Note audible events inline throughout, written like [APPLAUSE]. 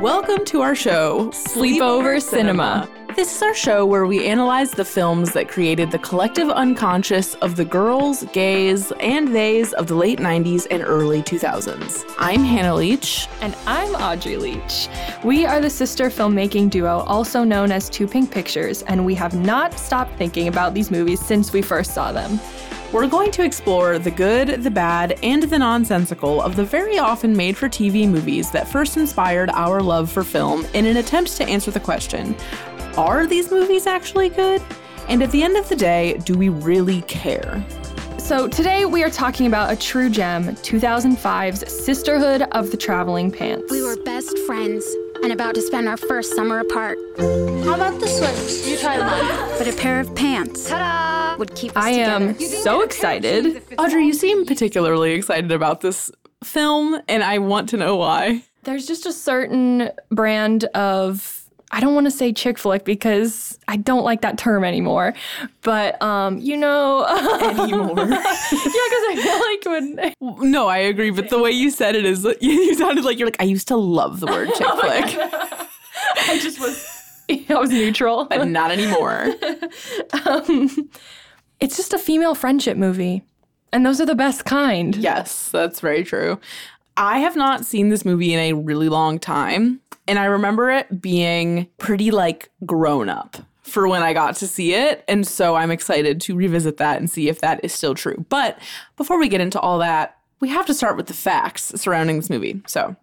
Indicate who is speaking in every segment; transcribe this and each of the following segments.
Speaker 1: Welcome to our show,
Speaker 2: Sleepover Cinema.
Speaker 1: This is our show where we analyze the films that created the collective unconscious of the girls, gays, and theys of the late 90s and early 2000s. I'm Hannah Leach.
Speaker 2: And I'm Audrey Leach. We are the sister filmmaking duo, also known as Two Pink Pictures, and we have not stopped thinking about these movies since we first saw them.
Speaker 1: We're going to explore the good, the bad, and the nonsensical of the very often made for TV movies that first inspired our love for film in an attempt to answer the question are these movies actually good? And at the end of the day, do we really care?
Speaker 2: So today we are talking about a true gem 2005's Sisterhood of the Traveling Pants.
Speaker 3: We were best friends and about to spend our first summer apart.
Speaker 4: How about this one? You try one.
Speaker 3: But a pair of pants would keep us
Speaker 2: I um, am
Speaker 3: together.
Speaker 2: so excited.
Speaker 1: Audrey, you seem particularly excited about this film, and I want to know why.
Speaker 2: There's just a certain brand of I don't want to say chick flick because I don't like that term anymore, but um, you know, [LAUGHS]
Speaker 1: Anymore.
Speaker 2: yeah, because I feel like
Speaker 1: [LAUGHS]
Speaker 2: when
Speaker 1: no, I agree, but the way you said it is [LAUGHS] you sounded like you're like, I used to love the word chick flick,
Speaker 2: I just was [LAUGHS] I was neutral.
Speaker 1: but not anymore.
Speaker 2: It's just a female friendship movie. And those are the best
Speaker 1: [LAUGHS]
Speaker 2: kind.
Speaker 1: yes, that's very true. I have not seen this movie in a really long time, and I remember it being pretty like grown up for when I got to see it, and so I'm excited to revisit that and see if that is still true. But before we get into all that, we have to start with the facts surrounding this movie. So,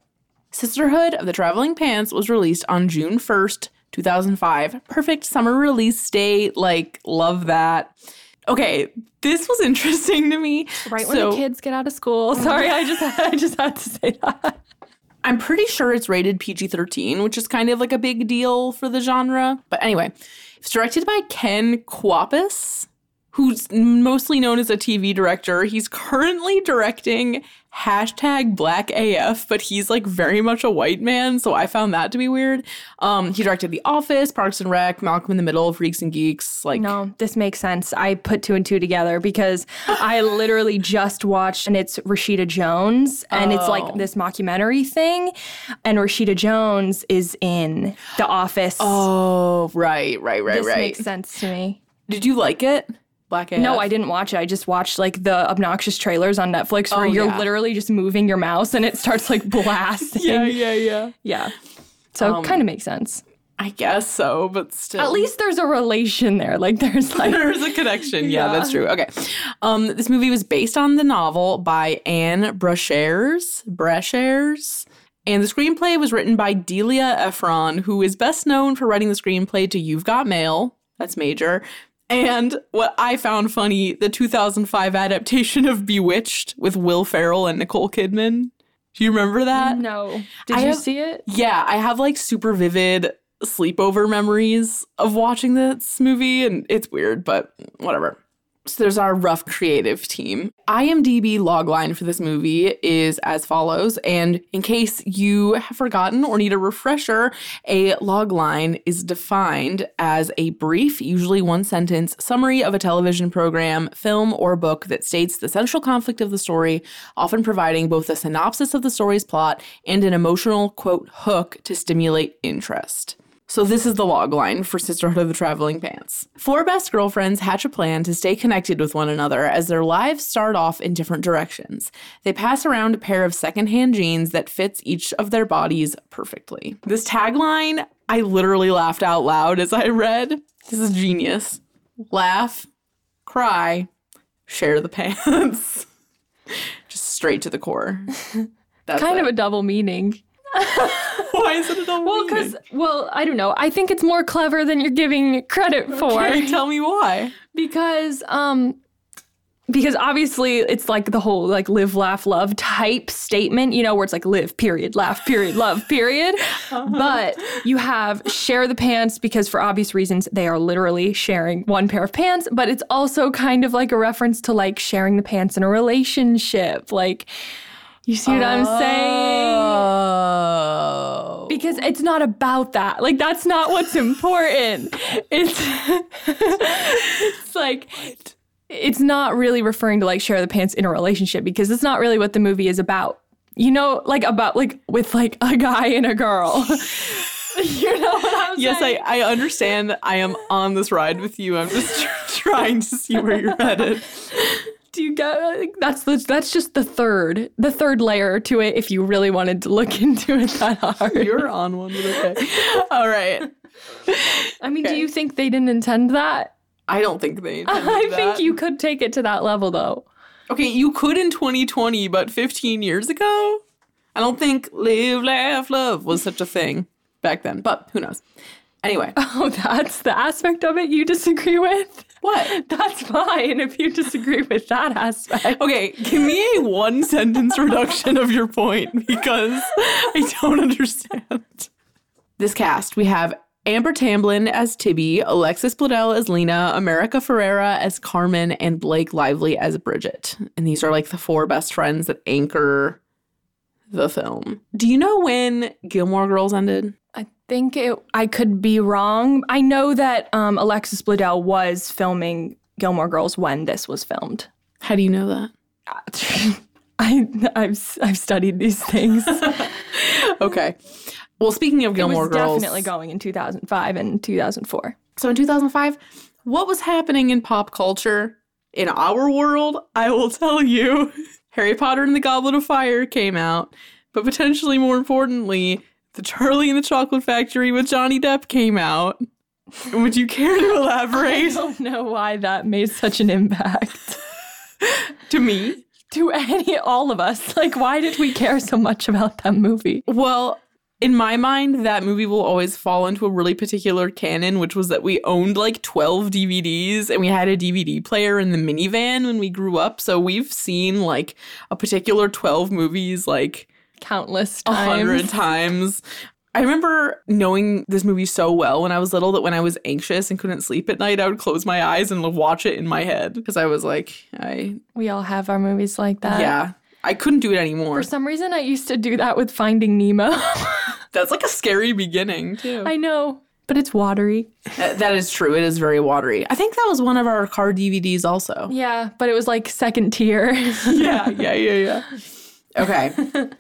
Speaker 1: Sisterhood of the Traveling Pants was released on June 1st, 2005. Perfect summer release date. Like, love that. Okay, this was interesting to me.
Speaker 2: Right when
Speaker 1: So,
Speaker 2: the kids get out of school. [LAUGHS] Sorry, I just I just had to say that.
Speaker 1: I'm pretty sure it's rated PG 13, which is kind of like a big deal for the genre. But anyway, it's directed by Ken Kwapis, who's mostly known as a TV director. He's currently directing hashtag Black AF, but he's like very much a white man, so I found that to be weird. Um, he directed The Office, Parks and Rec, Malcolm in the Middle, Freaks and Geeks. Like,
Speaker 2: No, this makes sense. I put two and two together because I literally just watched, and it's Rashida Jones, and it's like this mockumentary thing. And Rashida Jones is in The Office.
Speaker 1: oh, right, right, right,
Speaker 2: this
Speaker 1: right.
Speaker 2: makes sense to me.
Speaker 1: Did you like it? Black AF?
Speaker 2: No, I didn't watch it. I just watched like the obnoxious trailers on Netflix where
Speaker 1: Oh,
Speaker 2: you're
Speaker 1: yeah.
Speaker 2: literally just moving your mouse and it starts [LAUGHS] like blasting.
Speaker 1: Yeah, yeah, yeah.
Speaker 2: Yeah. So it kind of makes sense. Um,
Speaker 1: I guess so, but still.
Speaker 2: At least there's a relation there. Like there's
Speaker 1: [LAUGHS]
Speaker 2: like
Speaker 1: There's a connection. Yeah, that's true. Okay. Um, this movie was based on the novel by Anne Brashares. Brashares. And the screenplay was written by Delia Efron, who is best known for writing the screenplay to You've Got Mail. That's major. And what I found funny, the 2005 adaptation of Bewitched with Will Ferrell and Nicole Kidman. Do you remember that?
Speaker 2: no. Did
Speaker 1: I
Speaker 2: you
Speaker 1: have-
Speaker 2: see it?
Speaker 1: Yeah, I have like super vivid sleepover memories of watching this movie, and it's weird, but whatever. So there's our rough creative team. IMDb logline for this movie is as follows. And in case you have forgotten or need a refresher, a logline is defined as a brief, usually one sentence, summary of a television program, film, or book that states the central conflict of the story, often providing both a synopsis of the story's plot and an emotional, quote, hook to stimulate interest. So this is the log line for Sisterhood of the Traveling Pants. Four best girlfriends hatch a plan to stay connected with one another as their lives start off in different directions. They pass around a pair of secondhand jeans that fits each of their bodies perfectly. This tagline, I literally laughed out loud as I read. This is genius. Laugh, cry, share the pants. [LAUGHS] Just straight to the core. [LAUGHS] That's
Speaker 2: Kind
Speaker 1: it.
Speaker 2: of a double meaning.
Speaker 1: [LAUGHS] Why is it a double
Speaker 2: Well,
Speaker 1: meaning?
Speaker 2: because, well, I don't know. I think it's more clever than you're giving it credit for.
Speaker 1: Okay, tell me why.
Speaker 2: Because, um, because obviously it's like the whole like live, laugh, love type statement, you know, where it's like live, period, laugh, period, love, period. But you have share the pants because for obvious reasons they are literally sharing one pair of pants, but it's also kind of like a reference to like sharing the pants in a relationship. Like, you see what I'm saying?
Speaker 1: Oh.
Speaker 2: because it's not about that. Like that's not [LAUGHS] what's important. It's it's like it's not really referring to like share the pants in a relationship because it's not really what the movie is about. You know, like about like with like a guy and a girl. [LAUGHS] you know what I'm
Speaker 1: Yes,
Speaker 2: saying?
Speaker 1: I, I understand. I am on this ride with you. I'm just [LAUGHS] trying to see where you're headed.
Speaker 2: Do you get like, that's the that's just the third the third layer to it if you really wanted to look [LAUGHS] into it that hard.
Speaker 1: You're on one, but okay. All right.
Speaker 2: I mean, do you think they didn't intend that?
Speaker 1: I don't think they. intended
Speaker 2: I
Speaker 1: that.
Speaker 2: think you could take it to that level though.
Speaker 1: Okay, you could in 2020, but 15 years ago, I don't think live, laugh, love was such a thing back then. But who knows? Anyway,
Speaker 2: [LAUGHS] Oh, that's the aspect of it you disagree with?
Speaker 1: what?
Speaker 2: [LAUGHS] That's fine if you disagree with that aspect.
Speaker 1: Okay, give me a one sentence reduction of your point because I don't understand. This cast we have Amber Tamblyn as Tibby, Alexis Bledel as Lena, America Ferrera as Carmen, and Blake Lively as Bridget. And these are like the four best friends that anchor the film. Do you know when Gilmore Girls ended?
Speaker 2: [LAUGHS] I think it, I could be wrong. I know that um, Alexis Bledel was filming Gilmore Girls when this was filmed. [LAUGHS]
Speaker 1: How do you know that?
Speaker 2: I, I've, s- I've studied these [LAUGHS] things.
Speaker 1: Okay. Well, speaking of Gilmore
Speaker 2: it was
Speaker 1: Girls,
Speaker 2: definitely going in 2005 and 2004.
Speaker 1: So in 2005, what was happening in pop culture in our world? I will tell you. [LAUGHS] Harry Potter and the Goblet of Fire came out, but potentially more importantly, The Charlie and the Chocolate Factory with Johnny Depp came out. [LAUGHS] Would you care to
Speaker 2: [LAUGHS] I
Speaker 1: elaborate
Speaker 2: don't know why that made such an impact [LAUGHS]
Speaker 1: to me?
Speaker 2: to any, all of us. Like, why did we care so much about that movie?
Speaker 1: Well, in my mind, that movie will always fall into a really particular canon, which was that we owned like 12 DVDs and we had a DVD player in the minivan when we grew up. So we've seen like a particular 12 movies like
Speaker 2: Countless
Speaker 1: a
Speaker 2: times.
Speaker 1: hundred times. I remember knowing this movie so well when I was little that when I was anxious and couldn't sleep at night, I would close my eyes and watch it in my head because I was like, I,
Speaker 2: We all have our movies like that.
Speaker 1: yeah, I couldn't do it anymore.
Speaker 2: For some reason, I used to do that with Finding Nemo. [LAUGHS]
Speaker 1: That's like a scary beginning, too.
Speaker 2: I know, but it's watery.
Speaker 1: Uh, That is true. It is very watery. I think that was one of our car DVDs also.
Speaker 2: Yeah, but it was like second tier. [LAUGHS]
Speaker 1: [LAUGHS] Yeah, yeah, yeah, yeah. Okay.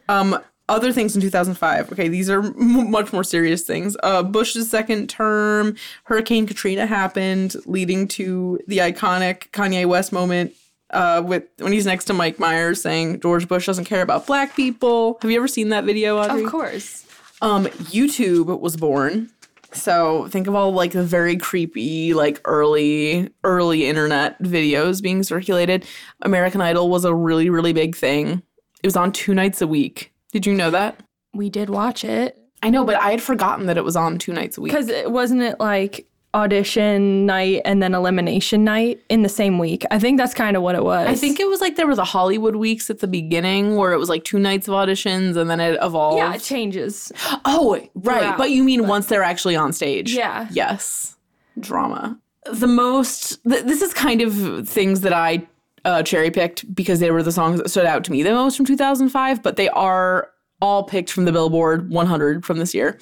Speaker 1: um other things in 2005. Okay, these are m- much more serious things. Uh Bush's second term, Hurricane Katrina happened, leading to the iconic Kanye West moment uh with when he's next to Mike Myers saying George Bush doesn't care about black people. Have you ever seen that video, Audrey?
Speaker 2: of course.
Speaker 1: um youtube was born so think of all like the very creepy like early early internet videos being circulated american idol was a really really big thing it was on two nights a week did you know that
Speaker 2: We did watch it.
Speaker 1: i know but i had forgotten that it was on two nights a week
Speaker 2: Because it wasn't it like audition night and then elimination night in the same week? I think that's kind of what it was.
Speaker 1: i think it was like there was a hollywood weeks at the beginning where it was like two nights of auditions and then it evolved
Speaker 2: Yeah, it changes. [LAUGHS]
Speaker 1: Oh, right.
Speaker 2: throughout,
Speaker 1: But you mean once they're actually on stage?
Speaker 2: Yeah.
Speaker 1: Yes. Drama. The most, th- this is kind of things that I uh, cherry picked because they were the songs that stood out to me the most from 2005, but they are all picked from the Billboard 100 from this year.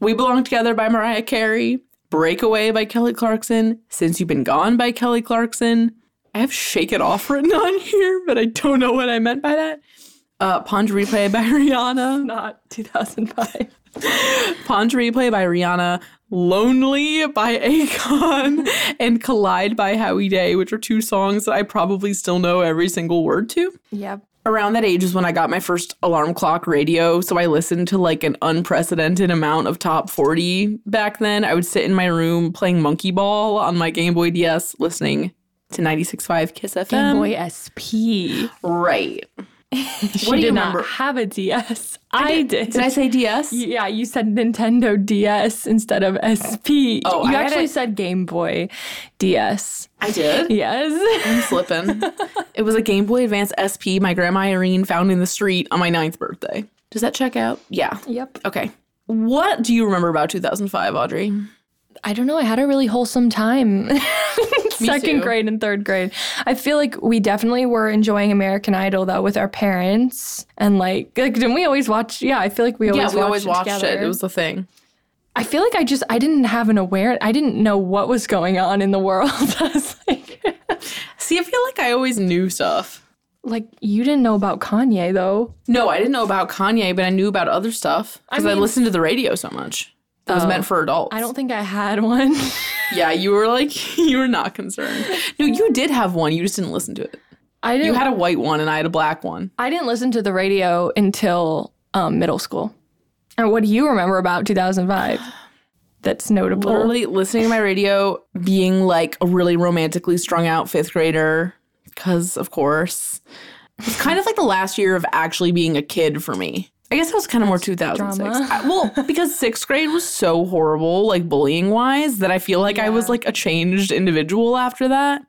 Speaker 1: We Belong Together by Mariah Carey, Breakaway by Kelly Clarkson, Since You've Been Gone by Kelly Clarkson. I have Shake It Off written [LAUGHS] on here, but I don't know what I meant by that. Uh, Pond Replay by [LAUGHS] Rihanna.
Speaker 2: Not 2005.
Speaker 1: Pawned Replay by Rihanna, Lonely by
Speaker 2: [LAUGHS]
Speaker 1: Akon, and Collide by Howie Day, which are two songs that I probably still know every single word to.
Speaker 2: yep.
Speaker 1: Around that age is when I got my first alarm clock radio, so I listened to like an unprecedented amount of top 40 back then. I would sit in my room playing Monkey Ball on my Game Boy
Speaker 2: Um,
Speaker 1: DS, listening to 96.5 Kiss FM.
Speaker 2: Boy SP.
Speaker 1: Right.
Speaker 2: she
Speaker 1: do you
Speaker 2: did
Speaker 1: remember?
Speaker 2: not have a DS. I, did.
Speaker 1: Did I say DS?
Speaker 2: Yeah, you said Nintendo DS instead of SP.
Speaker 1: Oh,
Speaker 2: you
Speaker 1: I had
Speaker 2: actually
Speaker 1: it-
Speaker 2: said Game Boy DS.
Speaker 1: I did.
Speaker 2: Yes.
Speaker 1: I'm slipping. [LAUGHS] it was a Game Boy Advance SP my grandma Irene found in the street on my ninth birthday. Does that check out? Yeah.
Speaker 2: [LAUGHS] Yep.
Speaker 1: Okay. What do you remember about 2005, Audrey?
Speaker 2: I don't know. I had a really wholesome [LAUGHS] time. Second
Speaker 1: too.
Speaker 2: grade and third grade. I feel like we definitely were enjoying American Idol though with our parents and like like didn't we always watch? Yeah, I feel like we always
Speaker 1: yeah, we
Speaker 2: watched
Speaker 1: always
Speaker 2: it
Speaker 1: watched it.
Speaker 2: together.
Speaker 1: It was the thing.
Speaker 2: I feel like I just I didn't have an aware. I didn't know what was going on in the world. [LAUGHS] I was like,
Speaker 1: See, I feel like I always knew stuff.
Speaker 2: like you didn't know about Kanye though.
Speaker 1: No, I didn't know about Kanye, but I knew about other stuff because I,
Speaker 2: mean- Oh.
Speaker 1: listened to the radio so much. That was meant for adults.
Speaker 2: I don't think I had one. [LAUGHS]
Speaker 1: Yeah, you were like [LAUGHS] you were not concerned. No, you did have one. You just didn't listen to it.
Speaker 2: I didn't.
Speaker 1: You had a white one, and I had a black one.
Speaker 2: I didn't listen to the radio until um, middle school. And what do you remember about 2005? That's notable.
Speaker 1: Literally listening to my radio, being like a really romantically strung out fifth grader, because of course, it's kind of like the last year of actually being a kid for me. I guess that was kind of more 2006.
Speaker 2: drama.
Speaker 1: I- well, because sixth grade was so horrible, like bullying wise, that I feel like I was like a changed individual after that.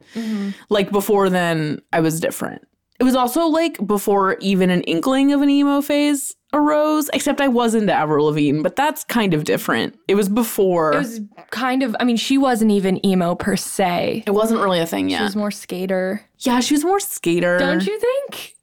Speaker 1: Like before then, I was different. It was also like before even an inkling of an emo phase arose, except I was into Avril Lavigne, but that's kind of different. It was before.
Speaker 2: It was kind of. I mean, she wasn't even emo per se.
Speaker 1: It wasn't really a thing yet.
Speaker 2: She was more skater.
Speaker 1: yeah, she was more skater.
Speaker 2: Don't you think?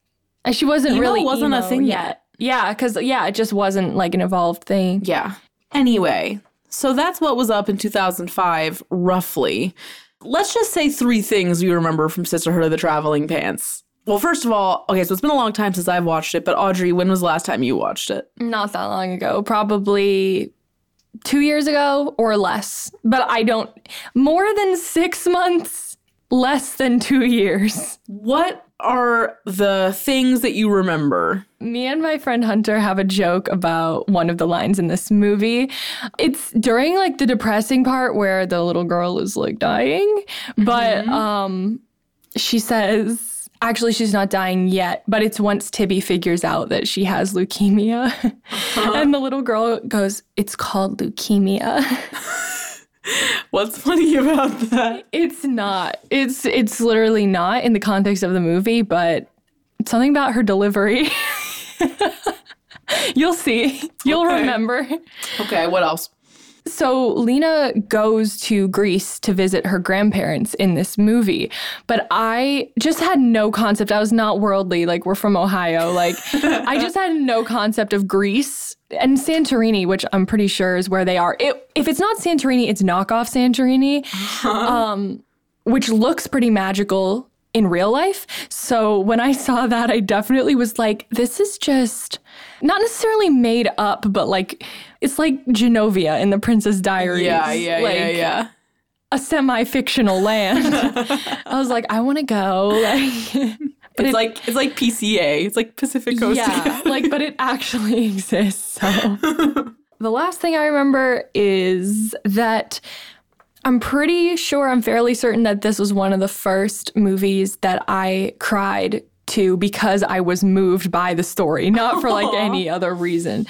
Speaker 2: Uh, She wasn't
Speaker 1: Emo
Speaker 2: really
Speaker 1: wasn't a
Speaker 2: emo
Speaker 1: thing yet.
Speaker 2: yet. Yeah, because yeah, it just wasn't like an evolved thing.
Speaker 1: Yeah. Anyway, so that's what was up in 2005, roughly. Let's just say three things you remember from Sisterhood of the Traveling Pants. Well, first of all, okay, so it's been a long time since I've watched it, but Audrey, when was the last time you watched it?
Speaker 2: Not that long ago, probably two years ago or less. But I don't. More than six months, less than two years.
Speaker 1: What are the things that you remember?
Speaker 2: Me and my friend Hunter have a joke about one of the lines in this movie. It's during like the depressing part where the little girl is like dying, but um she says actually she's not dying yet, but it's once Tibby figures out that she has leukemia. [LAUGHS] and the little girl goes, "It's called leukemia." [LAUGHS]
Speaker 1: What's funny about that?
Speaker 2: it's not. It's it's literally not in the context of the movie, but something about her delivery. [LAUGHS] You'll see. You'll
Speaker 1: Okay.
Speaker 2: remember.
Speaker 1: Okay, what else?
Speaker 2: So Lena goes to Greece to visit her grandparents in this movie, but I just had no concept. I was not worldly. Like we're from Ohio. Like I just had no concept of Greece and Santorini, which I'm pretty sure is where they are. It, if it's not Santorini, it's knockoff Santorini, um, which looks pretty magical in real life. So when I saw that, I definitely was like, this is just not necessarily made up, but like it's like Genovia in the Princess Diaries.
Speaker 1: Yeah, yeah,
Speaker 2: like,
Speaker 1: yeah, yeah.
Speaker 2: A
Speaker 1: [LAUGHS]
Speaker 2: semi-fictional land. I was like, I want to go. Like, but
Speaker 1: it's
Speaker 2: it-
Speaker 1: like it's like PCA. It's like Pacific Coast. [LAUGHS]
Speaker 2: yeah, like, but it actually [LAUGHS] exists. So the last thing I remember is that I'm pretty sure, I'm fairly certain that this was one of the first movies that I cried to because I was moved by the story, not for like any other reason.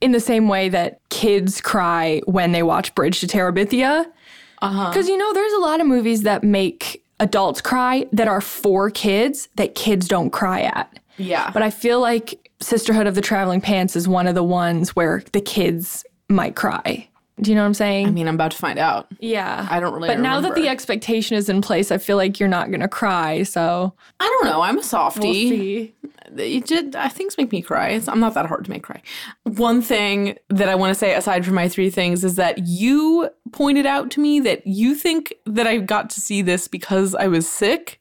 Speaker 2: In the same way that kids cry when they watch Bridge to Terabithia. Because you know, there's a lot of movies that make adults cry that are for kids that kids don't cry at.
Speaker 1: yeah.
Speaker 2: But I feel like Sisterhood of the Traveling Pants is one of the ones where the kids might cry. Do you know what I'm saying?
Speaker 1: I mean, I'm about to find out.
Speaker 2: yeah.
Speaker 1: I don't really.
Speaker 2: but now that the
Speaker 1: remember.
Speaker 2: expectation is in place, I feel like you're not going to cry. So
Speaker 1: I don't know. I'm a softie.
Speaker 2: we'll see.
Speaker 1: it did uh, things make me cry It's- i'm not that hard to make cry one thing that i want to say aside from my three things is that you pointed out to me that you think that i got to see this because i was sick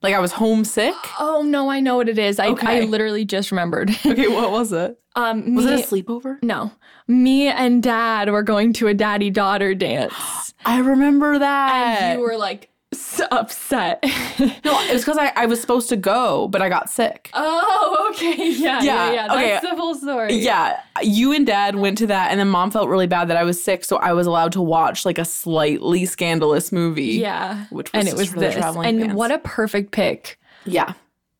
Speaker 1: like i was
Speaker 2: [GASPS]
Speaker 1: homesick
Speaker 2: Oh, no, I know what it is. I, I
Speaker 1: Okay.
Speaker 2: literally just remembered. [LAUGHS]
Speaker 1: okay what was it
Speaker 2: um,
Speaker 1: was
Speaker 2: me,
Speaker 1: it a sleepover
Speaker 2: No. Me and dad were going to a daddy daughter dance.
Speaker 1: i remember that
Speaker 2: and you were like s- upset. [LAUGHS]
Speaker 1: no it was because I, I was supposed to go but i got sick
Speaker 2: oh, okay.
Speaker 1: Yeah,
Speaker 2: Yeah. Yeah. Yeah.
Speaker 1: okay.
Speaker 2: That's the whole story.
Speaker 1: yeah you and dad went to that and then mom felt really bad that i was sick so i was allowed to watch like a slightly scandalous movie
Speaker 2: Yeah.
Speaker 1: which was
Speaker 2: and it was
Speaker 1: Sisterhood of the
Speaker 2: this.
Speaker 1: Traveling
Speaker 2: And
Speaker 1: Pants.
Speaker 2: what a perfect pick.
Speaker 1: yeah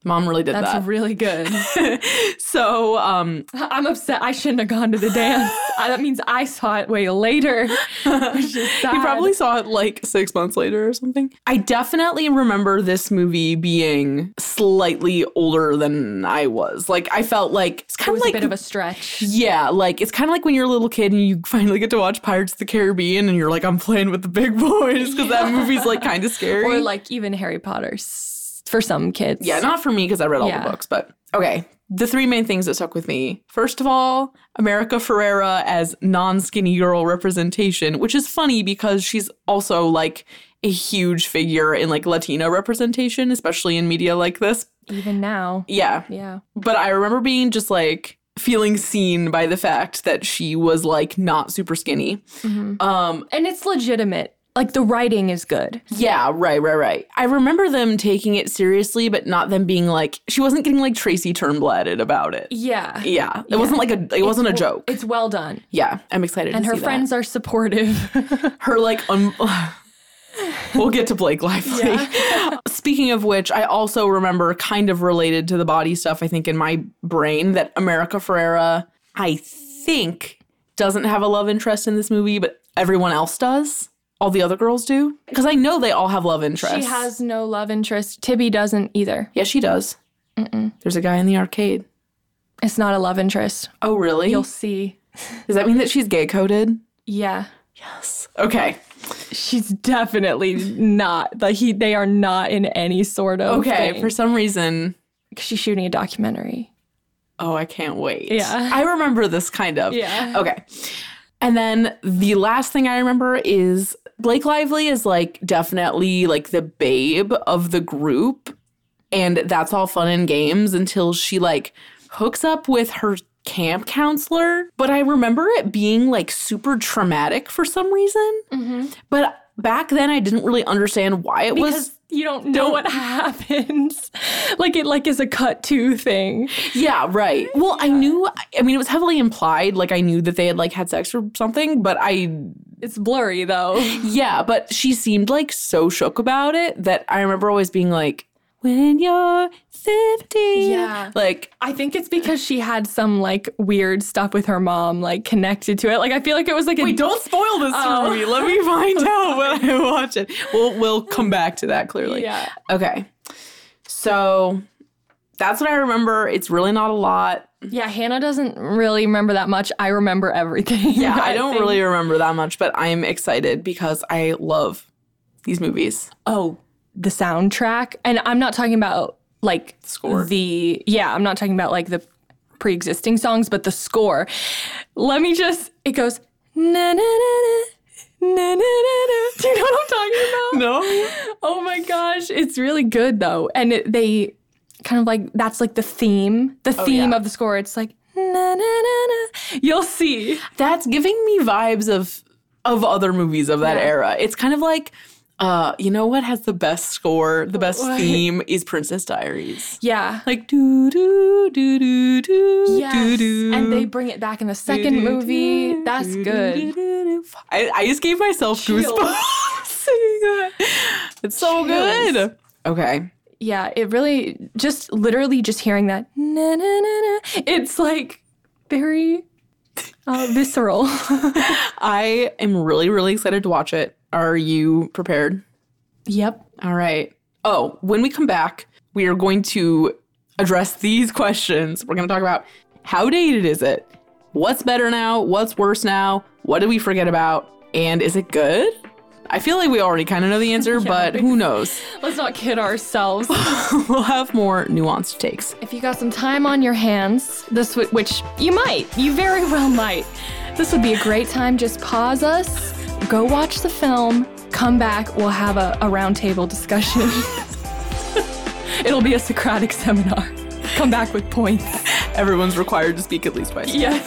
Speaker 1: Mom really did
Speaker 2: That's
Speaker 1: that.
Speaker 2: really good. [LAUGHS]
Speaker 1: so um,
Speaker 2: I'm upset. I shouldn't have gone to the dance. I, that means I saw it way later. [LAUGHS]
Speaker 1: He
Speaker 2: sad.
Speaker 1: probably saw it like six months later or something. I definitely remember this movie being slightly older than I was. Like I felt like it's
Speaker 2: It
Speaker 1: kind
Speaker 2: was
Speaker 1: of like
Speaker 2: a bit of a stretch.
Speaker 1: yeah, like it's kind of like when you're a little kid and you finally get to watch Pirates of the Caribbean and you're like, I'm playing with the big boys because that movie's like kind of scary.
Speaker 2: [LAUGHS] Or like even Harry Potter s- for some kids.
Speaker 1: yeah, not for me because I read all
Speaker 2: Yeah.
Speaker 1: the books, but okay. The three main things that stuck with me. First of all, America Ferrera as non skinny girl representation, which is funny because she's also like a huge figure in like Latino representation, especially in media like this.
Speaker 2: Even now.
Speaker 1: Yeah.
Speaker 2: Yeah.
Speaker 1: But I remember being just like feeling seen by the fact that she was like not super skinny. Um
Speaker 2: And it's legitimate. Like the writing is good.
Speaker 1: yeah, right, right, right. I remember them taking it seriously, but not them being like she wasn't getting like Tracy Turnblatted about it.
Speaker 2: Yeah.
Speaker 1: Yeah. It wasn't like a it wasn't a joke.
Speaker 2: It's well done.
Speaker 1: yeah. I'm excited
Speaker 2: And
Speaker 1: to
Speaker 2: her
Speaker 1: see that.
Speaker 2: friends
Speaker 1: [LAUGHS]
Speaker 2: are supportive.
Speaker 1: her like
Speaker 2: [LAUGHS]
Speaker 1: um [SIGHS] We'll get to Blake Lively. [LAUGHS] Speaking of which, I also remember kind of related to the body stuff, I think, in my brain that America Ferrera, I think, doesn't have a love interest in this movie, but everyone else does. All the other girls do. Because I know they all have love interests.
Speaker 2: She has no love interest. Tibby doesn't either.
Speaker 1: Yeah, she does. There's a guy in the arcade.
Speaker 2: It's not a love interest.
Speaker 1: Oh, really?
Speaker 2: You'll see.
Speaker 1: Does that mean that she's gay coded?
Speaker 2: Yeah.
Speaker 1: Okay.
Speaker 2: She's definitely not. Like he they are not in any sort of
Speaker 1: Okay.
Speaker 2: thing.
Speaker 1: For some reason,
Speaker 2: 'Cause she's shooting a documentary.
Speaker 1: Oh, I can't wait.
Speaker 2: Yeah.
Speaker 1: I remember this kind of.
Speaker 2: Yeah.
Speaker 1: Okay. And then the last thing I remember is Blake Lively is like definitely like the babe of the group. And that's all fun and games until she like hooks up with her camp counselor. But I remember it being like super traumatic for some reason. But back then I didn't really understand why it was.
Speaker 2: Mm-hmm. Because you don't know what [LAUGHS] happens. like it like is a cut to thing.
Speaker 1: Yeah, right. Well, I knew. I mean, it was heavily implied. Like I knew that they had like had sex or something, but I
Speaker 2: It's blurry though.
Speaker 1: yeah. But she seemed like so shook about it that I remember always being like, "When you're 50,
Speaker 2: Yeah.
Speaker 1: like
Speaker 2: I think it's because she had some like weird stuff with her mom like connected to it. Like I feel like it was like a
Speaker 1: don't spoil this
Speaker 2: Oh.
Speaker 1: me. Let me
Speaker 2: [LAUGHS]
Speaker 1: find out when I watch it. We'll we'll come back to that clearly.
Speaker 2: Yeah.
Speaker 1: Okay. So that's what I remember. It's really not a
Speaker 2: [LAUGHS]
Speaker 1: lot.
Speaker 2: Yeah, Hannah doesn't really remember that much. I remember everything. [LAUGHS]
Speaker 1: Yeah, I
Speaker 2: that
Speaker 1: don't
Speaker 2: thing.
Speaker 1: really remember that much, but I'm excited because I love these movies.
Speaker 2: Oh, the soundtrack. And I'm not talking about like
Speaker 1: Score.
Speaker 2: The yeah, I'm not talking about like the pre-existing songs, but the score. Let me just it goes na na na na. Na, [LAUGHS] na, na, na. Do you know what [LAUGHS] I'm talking about?
Speaker 1: No.
Speaker 2: Oh my gosh, it's really good though, and it, they kind of like that's like the theme, the theme
Speaker 1: Oh, yeah.
Speaker 2: of the score. It's like na na na na. You'll see.
Speaker 1: That's giving me vibes of of other movies of that
Speaker 2: Yeah.
Speaker 1: era. It's kind of like uh, you know what has the best score, the best theme is Princess Diaries.
Speaker 2: Yeah.
Speaker 1: Like doo doo doo doo doo doo
Speaker 2: Yes.
Speaker 1: doo.
Speaker 2: And they bring it back in the second movie. That's good.
Speaker 1: I, I just gave myself goosebumps [LAUGHS] singing that. It's so good. Okay.
Speaker 2: Yeah, it really just literally just hearing that na na na na. It's like very uh, visceral. [LAUGHS]
Speaker 1: I am really, really excited to watch it. Are you prepared?
Speaker 2: yep.
Speaker 1: All right. Oh, when we come back, we are going to address these questions. We're going to talk about how dated is it? What's better now? What's worse now? What did we forget about? And is it good? I feel like we already kind of know [LAUGHS] the answer, but who knows? [LAUGHS]
Speaker 2: Let's not kid ourselves. [LAUGHS]
Speaker 1: we'll have more nuanced takes.
Speaker 2: If you got some time on your hands, this would, which you might, you very well might, this would be a great time. Just pause us, go watch the film, come back, we'll have a, a roundtable discussion. [LAUGHS] It'll be a Socratic seminar. Come back with points. [LAUGHS]
Speaker 1: Everyone's required to speak at least twice.
Speaker 2: Yes.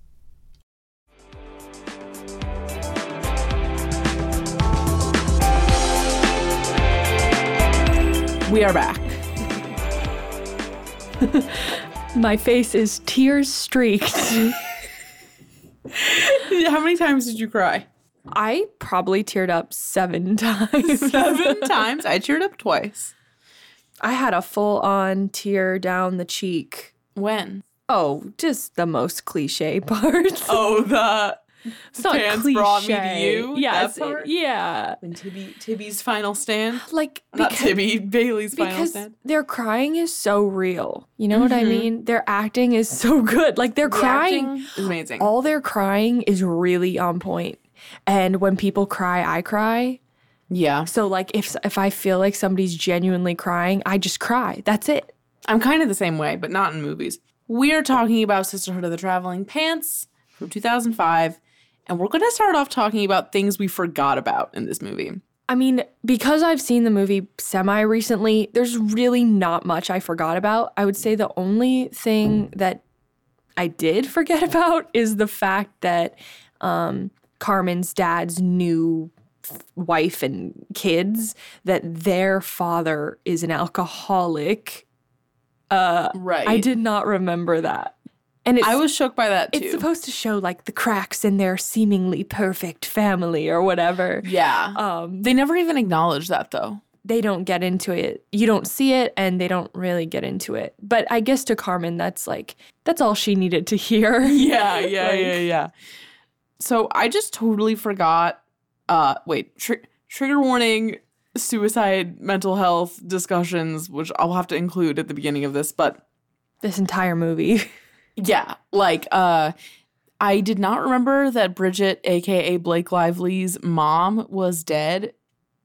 Speaker 1: We are back.
Speaker 2: My face is tears streaked.
Speaker 1: [LAUGHS]
Speaker 2: [LAUGHS]
Speaker 1: How many times did you cry?
Speaker 2: I probably teared up seven [LAUGHS] times.
Speaker 1: Seven [LAUGHS] times. I cheered up twice.
Speaker 2: I had a full on tear down the cheek.
Speaker 1: When?
Speaker 2: Oh, just the most cliche [LAUGHS] parts.
Speaker 1: Oh, the
Speaker 2: it's not
Speaker 1: pants
Speaker 2: cliche.
Speaker 1: brought me to you,
Speaker 2: Yeah,
Speaker 1: that part?
Speaker 2: yeah.
Speaker 1: when Tibby Tibby's final stand.
Speaker 2: Like
Speaker 1: Not
Speaker 2: because
Speaker 1: Tibby Bailey's final
Speaker 2: because
Speaker 1: stand. Mm-hmm.
Speaker 2: their crying is so real. You know what I mean? Their acting is so [LAUGHS] good. Like they're crying.
Speaker 1: is amazing.
Speaker 2: All their crying is really on point. And when people cry, I cry.
Speaker 1: yeah,
Speaker 2: So like if if I feel like somebody's genuinely crying, I just cry. That's it.
Speaker 1: I'm kind of the same way, but not in movies. We're talking about Sisterhood of the Traveling Pants from 2005, and we're going to start off talking about things we forgot about in this movie.
Speaker 2: I mean, because I've seen the movie semi recently, there's really not much I forgot about. I would say the only thing that I did [LAUGHS] forget about is the fact that um, Carmen's dad's new f- wife and kids that their father is an alcoholic. Uh,
Speaker 1: Right.
Speaker 2: I did not remember that, and it's,
Speaker 1: I was shook by that too.
Speaker 2: it's supposed to show like the cracks in their seemingly perfect family or whatever.
Speaker 1: yeah.
Speaker 2: Um,
Speaker 1: they never even acknowledged that though.
Speaker 2: they don't get into it. You don't see it and they don't really get into it. But I guess to Carmen, that's like, that's all she needed to hear.
Speaker 1: [LAUGHS]
Speaker 2: [LAUGHS]
Speaker 1: Yeah, yeah,
Speaker 2: Like-
Speaker 1: yeah, yeah. So I just totally forgot. Uh, wait, tr- trigger warning: suicide, mental health discussions, which I'll have to include at the beginning of this, but.
Speaker 2: This entire movie.
Speaker 1: Yeah, like uh I did not remember that Bridget aka Blake Lively's mom was dead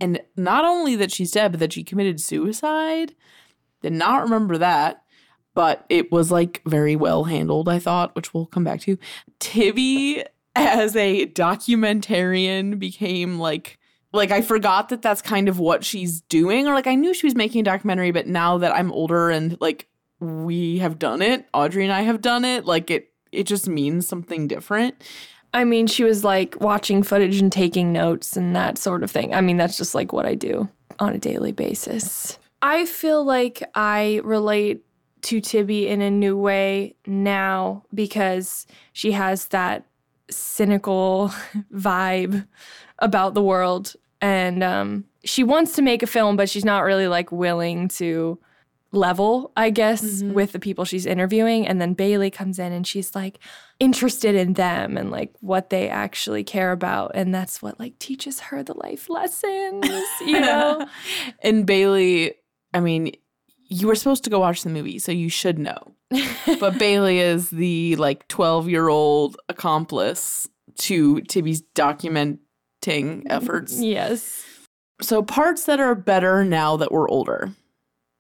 Speaker 1: and not only that she's dead but that she committed suicide. Did not remember that, but it was like very well handled I thought, which we'll come back to. Tibby as a documentarian became like like I forgot that that's kind of what she's doing or like I knew she was making a documentary but now that I'm older and like we have done it, Audrey and I have done it, like it it just means something different.
Speaker 2: I mean, she was like watching footage and taking notes and that sort of thing. I mean, that's just like what I do on a daily basis. I feel like I relate to Tibby in a new way now because she has that cynical [LAUGHS] vibe about the world. And um, she wants to make a film, but she's not really like willing to level, I guess,
Speaker 1: Mhm.
Speaker 2: with the people she's interviewing. And then Bailey comes in and she's like, interested in them and like what they actually care about and that's what like teaches her the
Speaker 1: [LAUGHS]
Speaker 2: life lessons you know
Speaker 1: and Bailey, I mean, you were supposed to go watch the movie, so you should know. [LAUGHS] But Bailey is the like 12-year-old accomplice to Tibby's documenting efforts.
Speaker 2: yes
Speaker 1: So parts that are better now that we're older.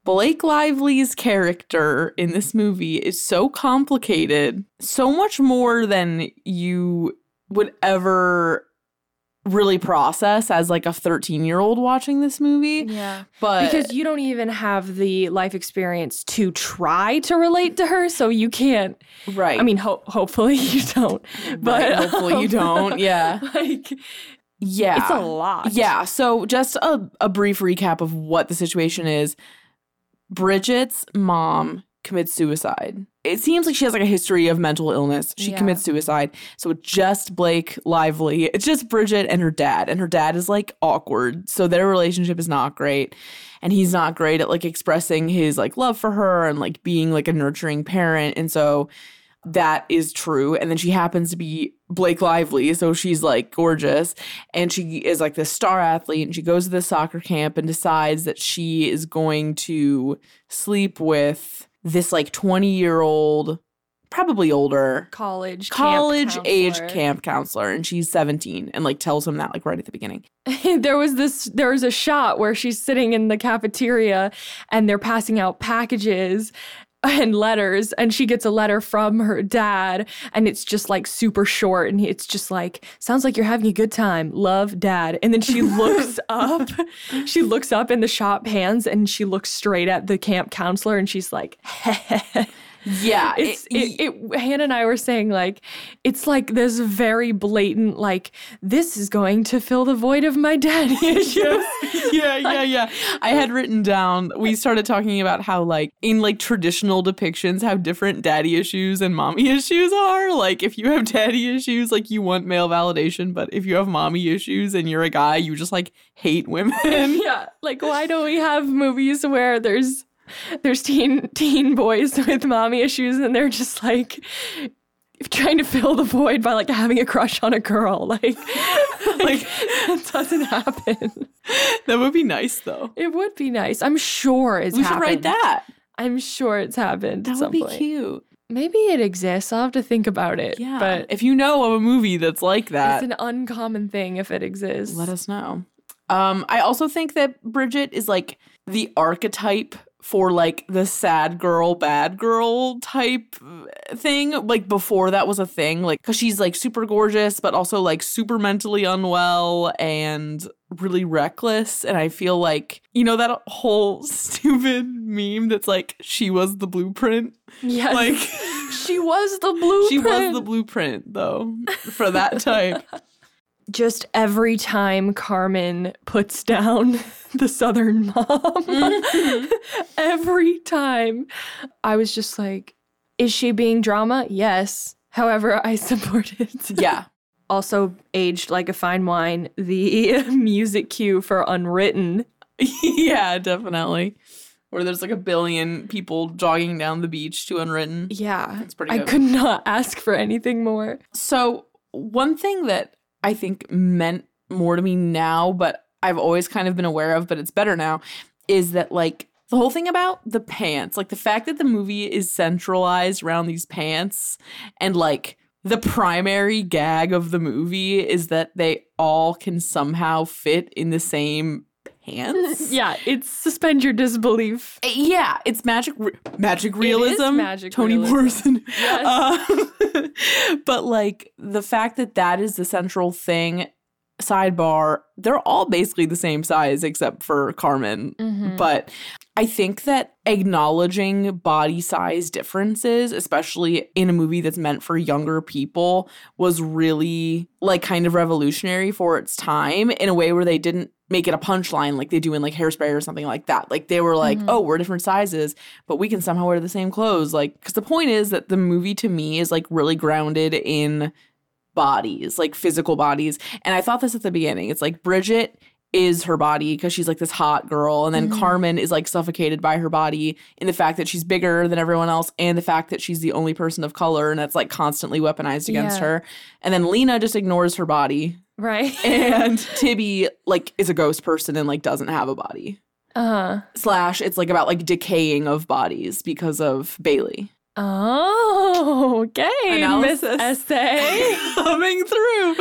Speaker 1: Blake Lively's character in this movie is so complicated, so much more than you would ever really process as like a 13-year-old watching this movie,
Speaker 2: yeah
Speaker 1: but
Speaker 2: because you don't even have the life experience to try to relate to her so you can't
Speaker 1: right.
Speaker 2: i mean ho- hopefully [LAUGHS] you
Speaker 1: [LAUGHS]
Speaker 2: don't but
Speaker 1: Right, hopefully you
Speaker 2: um, [LAUGHS]
Speaker 1: don't, yeah.
Speaker 2: like
Speaker 1: yeah.
Speaker 2: it's a lot
Speaker 1: Yeah. So, just a, a brief recap of what the situation is Bridget's mom commits suicide. It seems like she has like a history of mental illness. She
Speaker 2: Yeah.
Speaker 1: commits suicide. So, it's just Blake Lively. It's just Bridget and her dad. And her dad is like awkward. So, their relationship is not great. And he's not great at like expressing his like love for her and like being like a nurturing parent. And so, that is true. And then she happens to be Blake Lively, so she's like gorgeous. And she is like this star athlete, and she goes to this soccer camp and decides that she is going to sleep with this like 20 year old, probably older,
Speaker 2: college camp
Speaker 1: college age
Speaker 2: counselor.
Speaker 1: camp counselor. And she's 17 and like tells him that like right at the beginning.
Speaker 2: [LAUGHS] there was this there was a shot where she's sitting in the cafeteria and they're passing out packages and letters and she gets a letter from her dad and it's just like super short and it's just like sounds like you're having a good time love dad and then she looks up she looks up in the shop hands and she looks straight at the camp counselor and she's like [LAUGHS]
Speaker 1: Yeah,
Speaker 2: it's it, it, Hannah and I were saying like it's like this very blatant like this is going to fill the void of my daddy [LAUGHS] issues.
Speaker 1: [LAUGHS] yeah, yeah, yeah. I had written down, we started talking about how, like, in like traditional depictions, how different daddy issues and mommy [LAUGHS] issues are. Like, if you have daddy issues, like, you want male validation, but if you have mommy issues and you're a guy, you just like hate [LAUGHS] women.
Speaker 2: yeah, like why don't we have movies where there's there's teen teen boys [LAUGHS] with mommy issues and they're just like trying to fill the void by like having a crush on a girl [LAUGHS] like like it doesn't happen.
Speaker 1: that would be nice, though.
Speaker 2: It would be nice. I'm sure it's
Speaker 1: we should
Speaker 2: happened.
Speaker 1: write that.
Speaker 2: I'm sure it's happened.
Speaker 1: That
Speaker 2: at
Speaker 1: would
Speaker 2: some
Speaker 1: be
Speaker 2: point.
Speaker 1: cute.
Speaker 2: Maybe it exists. I'll have to think about it.
Speaker 1: Yeah.
Speaker 2: But
Speaker 1: But if you know of a movie that's like that,
Speaker 2: it's an uncommon thing if it exists.
Speaker 1: Let us know. Um, I also think that Bridget is like the archetype for like the sad girl, bad girl type uh, thing. Like before that was a thing, like because she's like super gorgeous, but also like super mentally unwell and really reckless. And I feel like you know that whole [LAUGHS] stupid meme that's like she was the blueprint.
Speaker 2: [LAUGHS] Yes.
Speaker 1: Like
Speaker 2: [LAUGHS] she was the blueprint.
Speaker 1: she was the blueprint though for that type.
Speaker 2: Just every time Carmen puts down [LAUGHS] the Southern mom, [LAUGHS]
Speaker 1: Mm-hmm.
Speaker 2: every time I was just like, is she being drama? Yes. However, [LAUGHS] I support it.
Speaker 1: yeah.
Speaker 2: Also, aged like a fine wine, the [LAUGHS] music cue for Unwritten.
Speaker 1: [LAUGHS] yeah, definitely. Where there's like a billion people jogging down the beach to Unwritten.
Speaker 2: Yeah. That's
Speaker 1: pretty
Speaker 2: I
Speaker 1: good.
Speaker 2: could not ask for anything more.
Speaker 1: So, one thing that I think meant more to me now, but I've always kind of been aware of, but it's better now, is that like the whole thing about the pants, like the fact that the movie is centralized around these pants and like the primary gag of the movie is that they all can somehow fit in the same [LAUGHS] pants.
Speaker 2: [LAUGHS] Yeah, it's suspend your disbelief.
Speaker 1: Uh, Yeah, it's magic, re- magic realism.
Speaker 2: magic
Speaker 1: Tony
Speaker 2: realism.
Speaker 1: Morrison.
Speaker 2: [LAUGHS] Yes.
Speaker 1: Uh, [LAUGHS] but like the fact that that is the central thing. Sidebar: They're all basically the same size except for Carmen.
Speaker 2: Mm-hmm.
Speaker 1: But I think that acknowledging body size differences, especially in a movie that's meant for younger people, was really like kind of revolutionary for its time in a way where they didn't make it a punchline like they do in like hairspray or something like that. Like they were like, oh, we're different sizes, but we can somehow wear the same clothes. Like, because the point is that the movie to me is like really grounded in bodies, like physical bodies. And I thought this at the beginning. It's like Bridget is her body because she's like this hot girl. And then Carmen is like suffocated by her body in the fact that she's bigger than everyone else and the fact that she's the only person of color and that's like constantly weaponized against
Speaker 2: Yeah.
Speaker 1: her. And then Lena just ignores her body. [LAUGHS]
Speaker 2: Right. [LAUGHS]
Speaker 1: And Tibby like is a ghost person and like doesn't have a body.
Speaker 2: Uh,
Speaker 1: Slash, it's like about like decaying of bodies because of Bailey.
Speaker 2: oh, okay. Miss
Speaker 1: Analysis.
Speaker 2: Essay.
Speaker 1: [LAUGHS] coming through.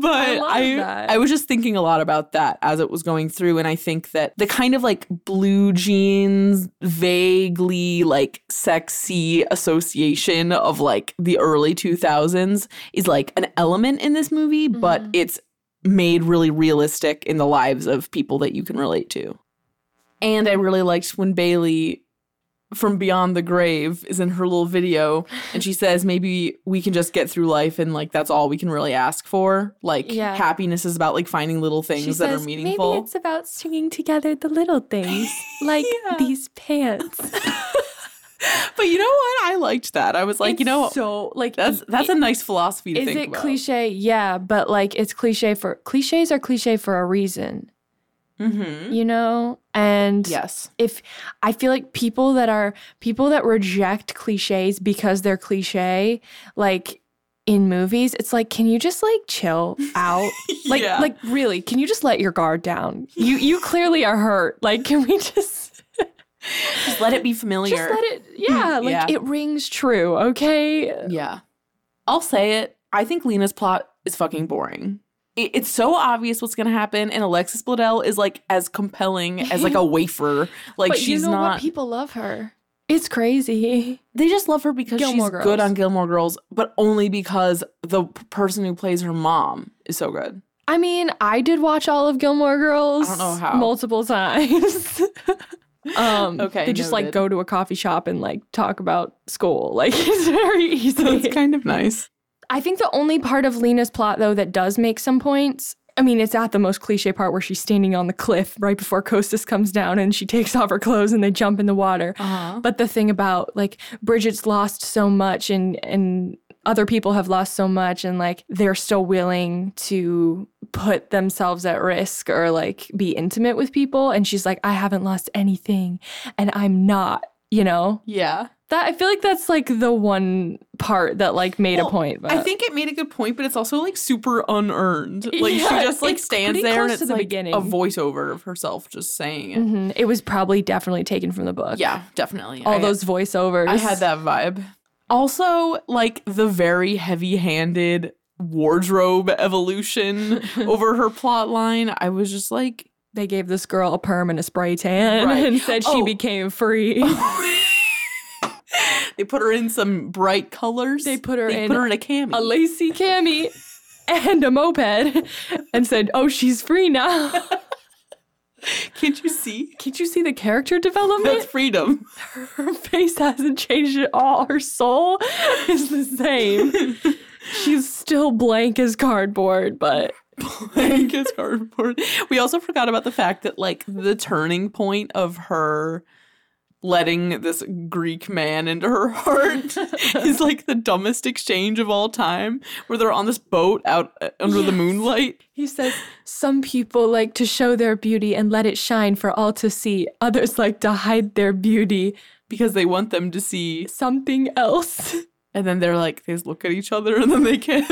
Speaker 1: But
Speaker 2: I love
Speaker 1: I, I,
Speaker 2: that.
Speaker 1: was just thinking a lot about that as it was going through. And I think that the kind of like blue jeans, vaguely like sexy association of like the early 2000s is like an element in this movie, but
Speaker 2: Mm-hmm.
Speaker 1: it's made really realistic in the lives of people that you can relate to. And I really liked when Bailey from Beyond the Grave is in her little video and she says maybe we can just get through life and like that's all we can really ask for. Like
Speaker 2: Yeah.
Speaker 1: happiness is about like finding little things
Speaker 2: She
Speaker 1: that
Speaker 2: says,
Speaker 1: are
Speaker 2: Maybe
Speaker 1: meaningful.
Speaker 2: it's about stringing together the
Speaker 1: [LAUGHS]
Speaker 2: little things, like
Speaker 1: Yeah.
Speaker 2: these
Speaker 1: [LAUGHS]
Speaker 2: pants.
Speaker 1: [LAUGHS] But you know what? I liked that. I was like, you
Speaker 2: It's
Speaker 1: know what?
Speaker 2: so like
Speaker 1: that's that's a nice philosophy to
Speaker 2: Is
Speaker 1: think
Speaker 2: it
Speaker 1: about.
Speaker 2: cliche? Yeah, but like it's cliche for cliches are cliche for a reason,
Speaker 1: Mhm.
Speaker 2: you know. And [LAUGHS]
Speaker 1: Yes.
Speaker 2: if I feel like people that are people that reject cliches because they're cliche, like in movies, it's like, can you just like
Speaker 1: [LAUGHS]
Speaker 2: chill out? Like,
Speaker 1: Yeah.
Speaker 2: like really, can you just let your guard down? You you clearly are hurt. Like, can we just
Speaker 1: Just let it be familiar.
Speaker 2: just let it?
Speaker 1: [CLEARS THROAT]
Speaker 2: Yeah, like
Speaker 1: Yeah.
Speaker 2: it rings true. Okay.
Speaker 1: Yeah. I'll say it. I think Lena's plot is fucking boring. I- It's so obvious what's gonna happen, and Alexis [LAUGHS] Bledel is like as compelling as like a wafer. Like
Speaker 2: but
Speaker 1: she's
Speaker 2: you know
Speaker 1: not.
Speaker 2: what? People love her. It's crazy.
Speaker 1: They just love her because
Speaker 2: Gilmore
Speaker 1: she's
Speaker 2: Girls.
Speaker 1: good on Gilmore Girls, but only because the p- person who plays her mom is so good.
Speaker 2: I mean, I did watch all of Gilmore Girls.
Speaker 1: I don't know how.
Speaker 2: Multiple [LAUGHS] times. [LAUGHS]
Speaker 1: [LAUGHS]
Speaker 2: um,
Speaker 1: Okay,
Speaker 2: They just like
Speaker 1: noted.
Speaker 2: go to a coffee shop and like talk about school. [LAUGHS] Like it's very easy.
Speaker 1: So it's kind of nice.
Speaker 2: I think the only part of Lena's plot though that does make some points. I mean, it's at the most cliche part where she's standing on the cliff right before Costas comes down and she takes off her clothes and they jump in the water.
Speaker 1: Uh-huh.
Speaker 2: But the thing about like Bridget's lost so much and and other people have lost so much and like they're still willing to put themselves at risk or like be intimate with people and she's like I haven't lost anything and I'm not, you know?
Speaker 1: Yeah.
Speaker 2: That I feel like that's like the one part that like made a
Speaker 1: Well,
Speaker 2: point. But
Speaker 1: I think it made a good point, but it's also like super unearned. Like
Speaker 2: Yeah,
Speaker 1: she just like
Speaker 2: it's
Speaker 1: stands
Speaker 2: pretty
Speaker 1: there and
Speaker 2: close
Speaker 1: it's
Speaker 2: to the
Speaker 1: like
Speaker 2: beginning.
Speaker 1: a voiceover of herself just saying it.
Speaker 2: Mhm. it was probably definitely taken from the book.
Speaker 1: Yeah, definitely.
Speaker 2: All
Speaker 1: I-
Speaker 2: those voiceovers.
Speaker 1: I had that vibe. Also, like the very heavy-handed wardrobe [LAUGHS] evolution over her plot line. I was just like
Speaker 2: They gave this girl a perm and a spray tan
Speaker 1: Right.
Speaker 2: and said she
Speaker 1: Oh. [LAUGHS]
Speaker 2: became free.
Speaker 1: they put her in some bright colors.
Speaker 2: They put her in
Speaker 1: put her in a cami.
Speaker 2: a lacy cami and a moped and said, Oh, she's free now. [LAUGHS]
Speaker 1: Can't you see?
Speaker 2: Can't you see the character development?
Speaker 1: That's freedom.
Speaker 2: Her face hasn't changed at all. Her soul is
Speaker 1: [LAUGHS]
Speaker 2: the same. she's still blank as cardboard, but
Speaker 1: playing his cardboard. We also forgot about the fact that like the turning point of her letting this Greek man into her
Speaker 2: [LAUGHS]
Speaker 1: heart is like the dumbest exchange of all time, where they're on this boat out uh, under the moonlight.
Speaker 2: He says, Some people like to show their beauty and let it shine for all to see. Others like to hide their beauty.
Speaker 1: Because they want them to see,
Speaker 2: Something else. [LAUGHS]
Speaker 1: and then they're like, they just look at each other and then they kiss,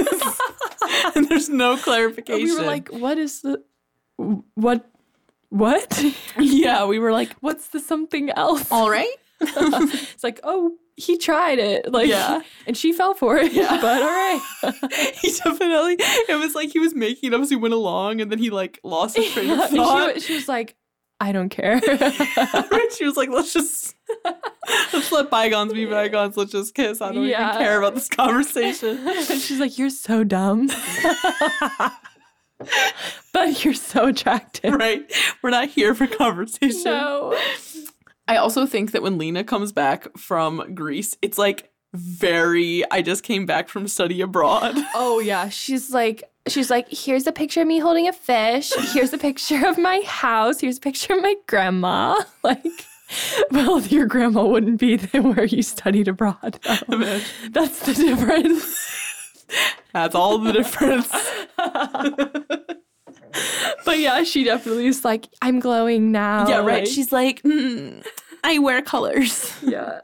Speaker 2: [LAUGHS]
Speaker 1: and there's no
Speaker 2: And
Speaker 1: clarification.
Speaker 2: we were like, What is the. What? What?
Speaker 1: [LAUGHS] yeah, we were like,
Speaker 2: [LAUGHS] What's the something else?
Speaker 1: all right,
Speaker 2: It's like, Oh, he tried it. [LAUGHS] Like,
Speaker 1: Yeah.
Speaker 2: And she fell for it. [LAUGHS] But all
Speaker 1: [LAUGHS]
Speaker 2: right.
Speaker 1: [LAUGHS] he definitely. It was like he was making it up as he went along, and then he like lost his train
Speaker 2: [LAUGHS] And
Speaker 1: of
Speaker 2: she,
Speaker 1: thought.
Speaker 2: wa- she was like, I don't care. [LAUGHS]
Speaker 1: [LAUGHS] she was like, let's just let's let bygones be bygones. Let's just kiss. I don't
Speaker 2: Yeah.
Speaker 1: even care about this
Speaker 2: [LAUGHS]
Speaker 1: conversation.
Speaker 2: And she's like, You're so dumb. [LAUGHS] but you're so [LAUGHS] attractive.
Speaker 1: right? We're not here for conversation.
Speaker 2: No.
Speaker 1: I also think that when Lena comes back from Greece, it's like very I just came back from study
Speaker 2: [LAUGHS]
Speaker 1: abroad. [LAUGHS]
Speaker 2: Oh yeah, she's like she's like here's a picture of me holding a fish. Here's a picture of my house. Here's a picture of my grandma. [LAUGHS] Like well, your grandma wouldn't be there where you studied abroad. though. That's the difference.
Speaker 1: That's all the difference.
Speaker 2: [LAUGHS] But yeah, she definitely is like I'm glowing now.
Speaker 1: yeah, right.
Speaker 2: Like,
Speaker 1: She's like, mm, I wear colors.
Speaker 2: yeah.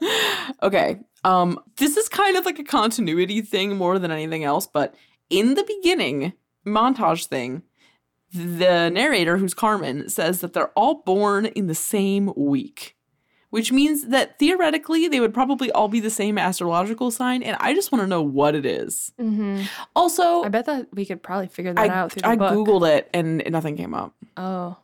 Speaker 1: Okay. Um, this is kind of like a continuity thing more than anything else, but in the beginning montage thing, the narrator, who's Carmen, says that they're all born in the same week, which means that theoretically they would probably all be the same astrological sign. And I just want to know what it is.
Speaker 2: Mm-hmm.
Speaker 1: Also,
Speaker 2: [LAUGHS] I bet that we could probably figure that
Speaker 1: I,
Speaker 2: out through the
Speaker 1: I
Speaker 2: book.
Speaker 1: Googled it and nothing came up.
Speaker 2: Oh.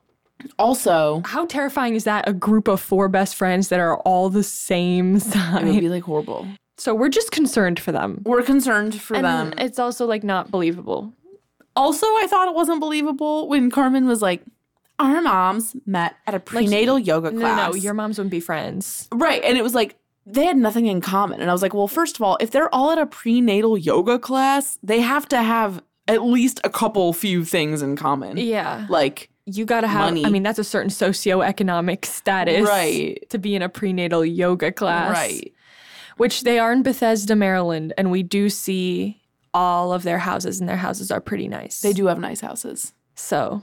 Speaker 1: Also,
Speaker 2: How terrifying is that? A group of four best friends that are all the same [LAUGHS]
Speaker 1: it would
Speaker 2: sign.
Speaker 1: be like horrible.
Speaker 2: So we're just concerned for them.
Speaker 1: We're concerned for them.
Speaker 2: it's also like not believable.
Speaker 1: Also, I thought it wasn't believable when Carmen was like, "Our moms met at a prenatal yoga
Speaker 2: No,
Speaker 1: class."
Speaker 2: no, your moms wouldn't be friends.
Speaker 1: right, and it was like they had nothing in common. And I was like, "Well, first of all, if they're all at a prenatal yoga class, they have to have at least a couple few things in common."
Speaker 2: Yeah.
Speaker 1: Like,
Speaker 2: You gotta have
Speaker 1: Money.
Speaker 2: I mean, that's a certain socioeconomic status
Speaker 1: Right.
Speaker 2: to be in a prenatal yoga class.
Speaker 1: right.
Speaker 2: Which they are in Bethesda, Maryland, and we do see all of their houses, and their houses are pretty nice.
Speaker 1: They do have nice houses.
Speaker 2: So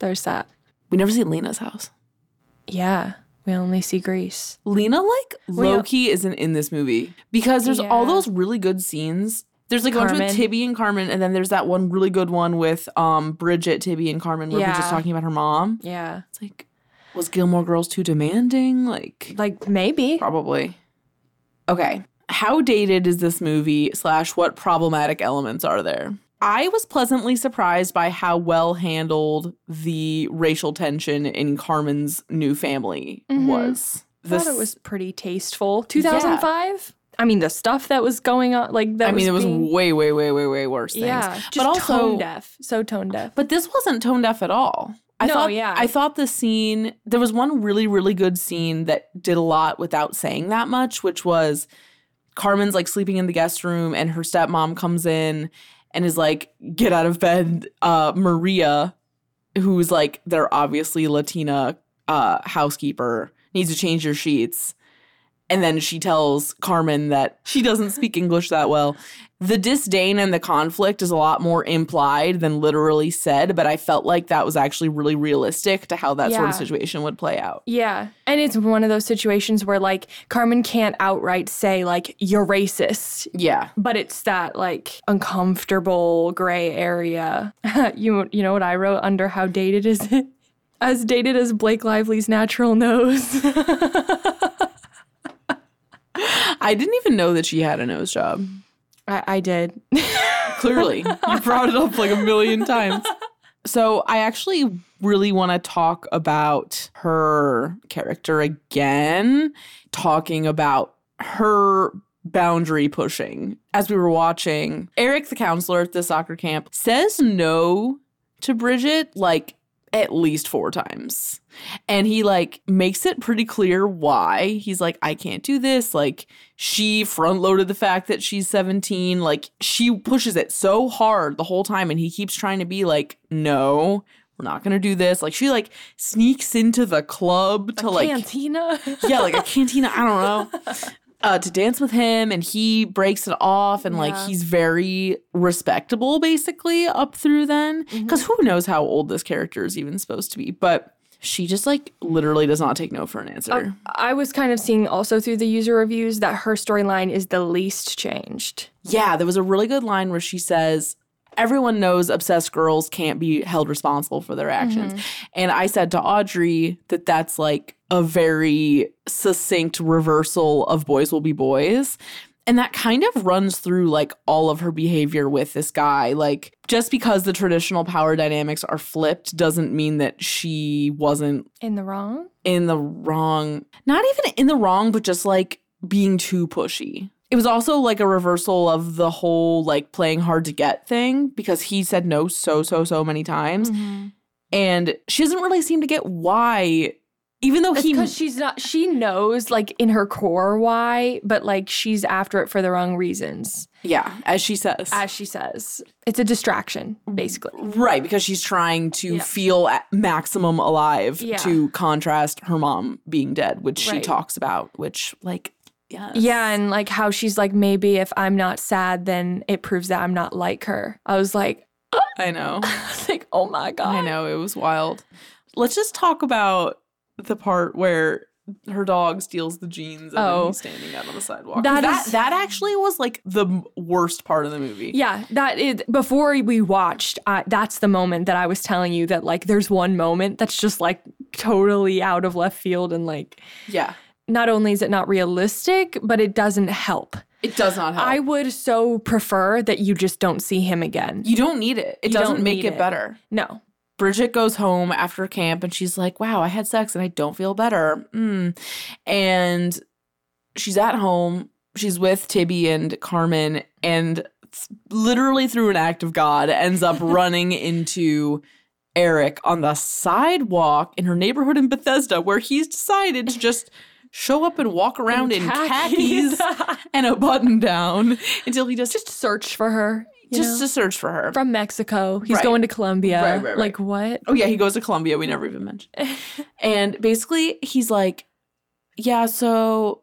Speaker 2: there's that.
Speaker 1: We never see Lena's house.
Speaker 2: Yeah. We only see Greece.
Speaker 1: Lena, like,
Speaker 2: Well,
Speaker 1: low key isn't in this movie because there's all
Speaker 2: Yeah.
Speaker 1: those really good scenes. There's like one with
Speaker 2: Carmen.
Speaker 1: Tibby and Carmen, and then there's that one really good one with um Bridget, Tibby, and Carmen where Bridget's
Speaker 2: Yeah.
Speaker 1: talking about her mom.
Speaker 2: Yeah.
Speaker 1: It's like, was Gilmore Girls too demanding? Like,
Speaker 2: Like maybe.
Speaker 1: probably. Okay. How dated is this movie, slash, what problematic elements are there? I was pleasantly surprised by how well handled the racial tension in Carmen's new family
Speaker 2: Mhm.
Speaker 1: was. the
Speaker 2: thought it
Speaker 1: s-
Speaker 2: was pretty tasteful. 2005? I mean, the stuff that was going on, like that
Speaker 1: I mean, it was
Speaker 2: being,
Speaker 1: way, way, way, way, way worse things.
Speaker 2: yeah, just
Speaker 1: but also,
Speaker 2: tone deaf, so tone deaf.
Speaker 1: But this wasn't tone deaf at all. I
Speaker 2: No,
Speaker 1: thought
Speaker 2: yeah.
Speaker 1: I thought the scene there was one really really good scene that did a lot without saying that much which was Carmen's like sleeping in the guest room and her stepmom comes in and is like get out of bed uh Maria who's like their obviously Latina uh housekeeper needs to change your sheets and then she tells Carmen that she doesn't speak English that well the disdain and the conflict is a lot more implied than literally said, but I felt like that was actually really realistic to how that sort
Speaker 2: Yeah.
Speaker 1: of situation would play out.
Speaker 2: Yeah. And it's one of those situations where like Carmen can't outright say like you're racist,
Speaker 1: Yeah.
Speaker 2: but it's that like uncomfortable gray area. [LAUGHS] you you know what I wrote under how dated is it? [LAUGHS] As dated as Blake Lively's natural nose. [LAUGHS]
Speaker 1: I didn't even know that she had a nose job.
Speaker 2: I, I did. [LAUGHS]
Speaker 1: Clearly, you brought it up like a million times. So, I actually really want to talk about her character again, talking about her boundary pushing. As we were watching, Eric, the counselor at the soccer camp, says no to Bridget like at least four times. And he like makes it pretty clear why. He's like, I can't do this. Like, she front loaded the fact that she's 17. Like, she pushes it so hard the whole time. And he keeps trying to be like, no, we're not going to do this. Like, she like sneaks into the club to like
Speaker 2: Cantina.
Speaker 1: yeah, like a cantina. I don't know. Uh, to dance with him, and he breaks it off, and like
Speaker 2: Yeah.
Speaker 1: he's very respectable basically up through then. Because who knows how old this character is even supposed to be, but she just like literally does not take no for an answer.
Speaker 2: I was kind of seeing also through the user reviews that her storyline is the least changed.
Speaker 1: Yeah, there was a really good line where she says, Everyone knows obsessed girls can't be held responsible for their actions. And I said to Audrey that that's like a very succinct reversal of boys will be boys. And that kind of runs through like all of her behavior with this guy. Like, just because the traditional power dynamics are flipped doesn't mean that she wasn't
Speaker 2: In the wrong?
Speaker 1: in the wrong, not even in the wrong, but just like being too pushy. It was also like a reversal of the whole like playing hard to get thing because he said no so, so, so many times. And she doesn't really seem to get why, even though Oh, he.
Speaker 2: because she's not she knows like in her core why but like she's after it for the wrong reasons
Speaker 1: yeah, as she says.
Speaker 2: as she says it's a distraction basically
Speaker 1: right, because she's trying to
Speaker 2: Yeah.
Speaker 1: feel at maximum alive
Speaker 2: Yeah.
Speaker 1: to contrast her mom being dead, which she
Speaker 2: Right.
Speaker 1: talks about, which, like, yes.
Speaker 2: yeah and like how she's like maybe if i'm not sad then it proves that i'm not like her i was like [LAUGHS]
Speaker 1: I know.
Speaker 2: I was like oh my god
Speaker 1: I know it was wild. Let's just talk about the part where her dog steals the jeans and then
Speaker 2: Oh.
Speaker 1: he's standing out on the sidewalk.
Speaker 2: That
Speaker 1: that,
Speaker 2: is-
Speaker 1: that actually was like the m- worst part of the movie.
Speaker 2: yeah that is before we watched I that's the moment that i was telling you that like there's one moment that's just like totally out of left field and like
Speaker 1: yeah,
Speaker 2: not only is it not realistic but it doesn't help
Speaker 1: it does not help.
Speaker 2: I would so prefer that you just don't see him again.
Speaker 1: you don't need it. It
Speaker 2: You
Speaker 1: doesn't
Speaker 2: don't
Speaker 1: make
Speaker 2: need
Speaker 1: it,
Speaker 2: it.
Speaker 1: better.
Speaker 2: No.
Speaker 1: Bridget goes home after camp and she's like, "Wow, I had sex and I don't feel better." Mm. And she's at home. She's with Tibby and Carmen, and th- literally through an act of God, ends
Speaker 2: [LAUGHS]
Speaker 1: up running into Eric on the sidewalk in her neighborhood in Bethesda, where he's decided to just show up and walk around in,
Speaker 2: [LAUGHS]
Speaker 1: khakis, and a button down until he just
Speaker 2: Just search for her. you
Speaker 1: just
Speaker 2: know?
Speaker 1: to search for her.
Speaker 2: from Mexico. He's
Speaker 1: Right.
Speaker 2: going to Colombia.
Speaker 1: Right, right, right.
Speaker 2: Like what?
Speaker 1: Oh yeah, he goes to Columbia. We never even mentioned. and basically, he's like, "Yeah, so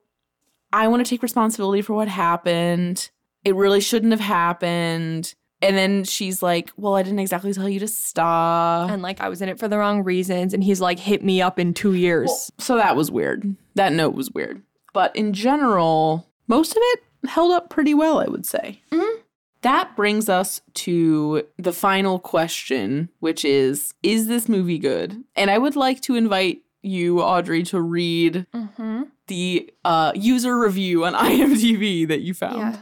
Speaker 1: I want to take responsibility for what happened. It really shouldn't have happened." And then she's like, "Well, I didn't exactly tell you to stop."
Speaker 2: And like I was in it for the wrong reasons and he's like hit me up in 2 years.
Speaker 1: so that was weird. That note was weird. But in general, most of it held up pretty well, I would say. That brings us to the final question, which is Is this movie good? And I would like to invite you, Audrey, to read
Speaker 2: mm-hmm.
Speaker 1: the uh, user review on [LAUGHS] IMDb that you found.
Speaker 2: Yeah.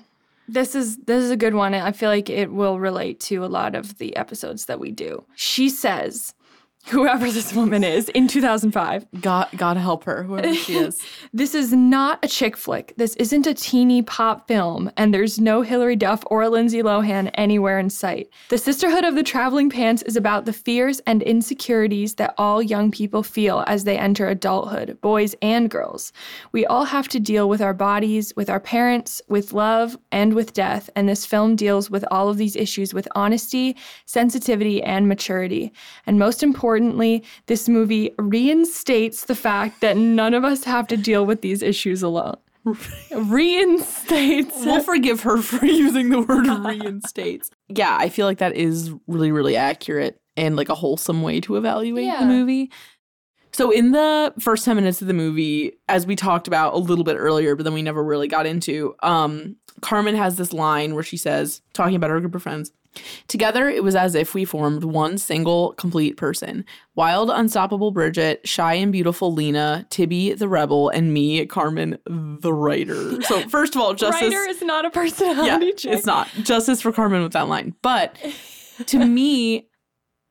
Speaker 2: This is this is a good one. and I feel like it will relate to a lot of the episodes that we do. She says, [LAUGHS] whoever this woman is, in 2005.
Speaker 1: God, God help her, whoever she is.
Speaker 2: This is not a chick flick. This isn't a teeny pop film, and there's no Hilary Duff or Lindsay Lohan anywhere in sight. The Sisterhood of the Traveling Pants is about the fears and insecurities that all young people feel as they enter adulthood, boys and girls. We all have to deal with our bodies, with our parents, with love, and with death, and this film deals with all of these issues with honesty, sensitivity, and maturity. And most importantly, this movie reinstates the fact that none of us have to deal with these issues
Speaker 1: [LAUGHS]
Speaker 2: alone. reinstates.
Speaker 1: We'll forgive her for [LAUGHS] using the
Speaker 2: [LAUGHS]
Speaker 1: word reinstates. Yeah, I feel like that is really, really accurate and like a wholesome way to evaluate
Speaker 2: Yeah.
Speaker 1: the movie. So, in the first 10 minutes of the movie, as we talked about a little bit earlier, but then we never really got into, um, Carmen has this line where she says, talking about her group of friends, Together, it was as if we formed one single, complete person. Wild, unstoppable Bridget, shy and beautiful Lena, Tibby the rebel, and me, Carmen the writer.
Speaker 2: [LAUGHS]
Speaker 1: So, first of all, justice.
Speaker 2: Writer is not a personality check.
Speaker 1: It's not justice for Carmen with that line. But
Speaker 2: [LAUGHS]
Speaker 1: to me,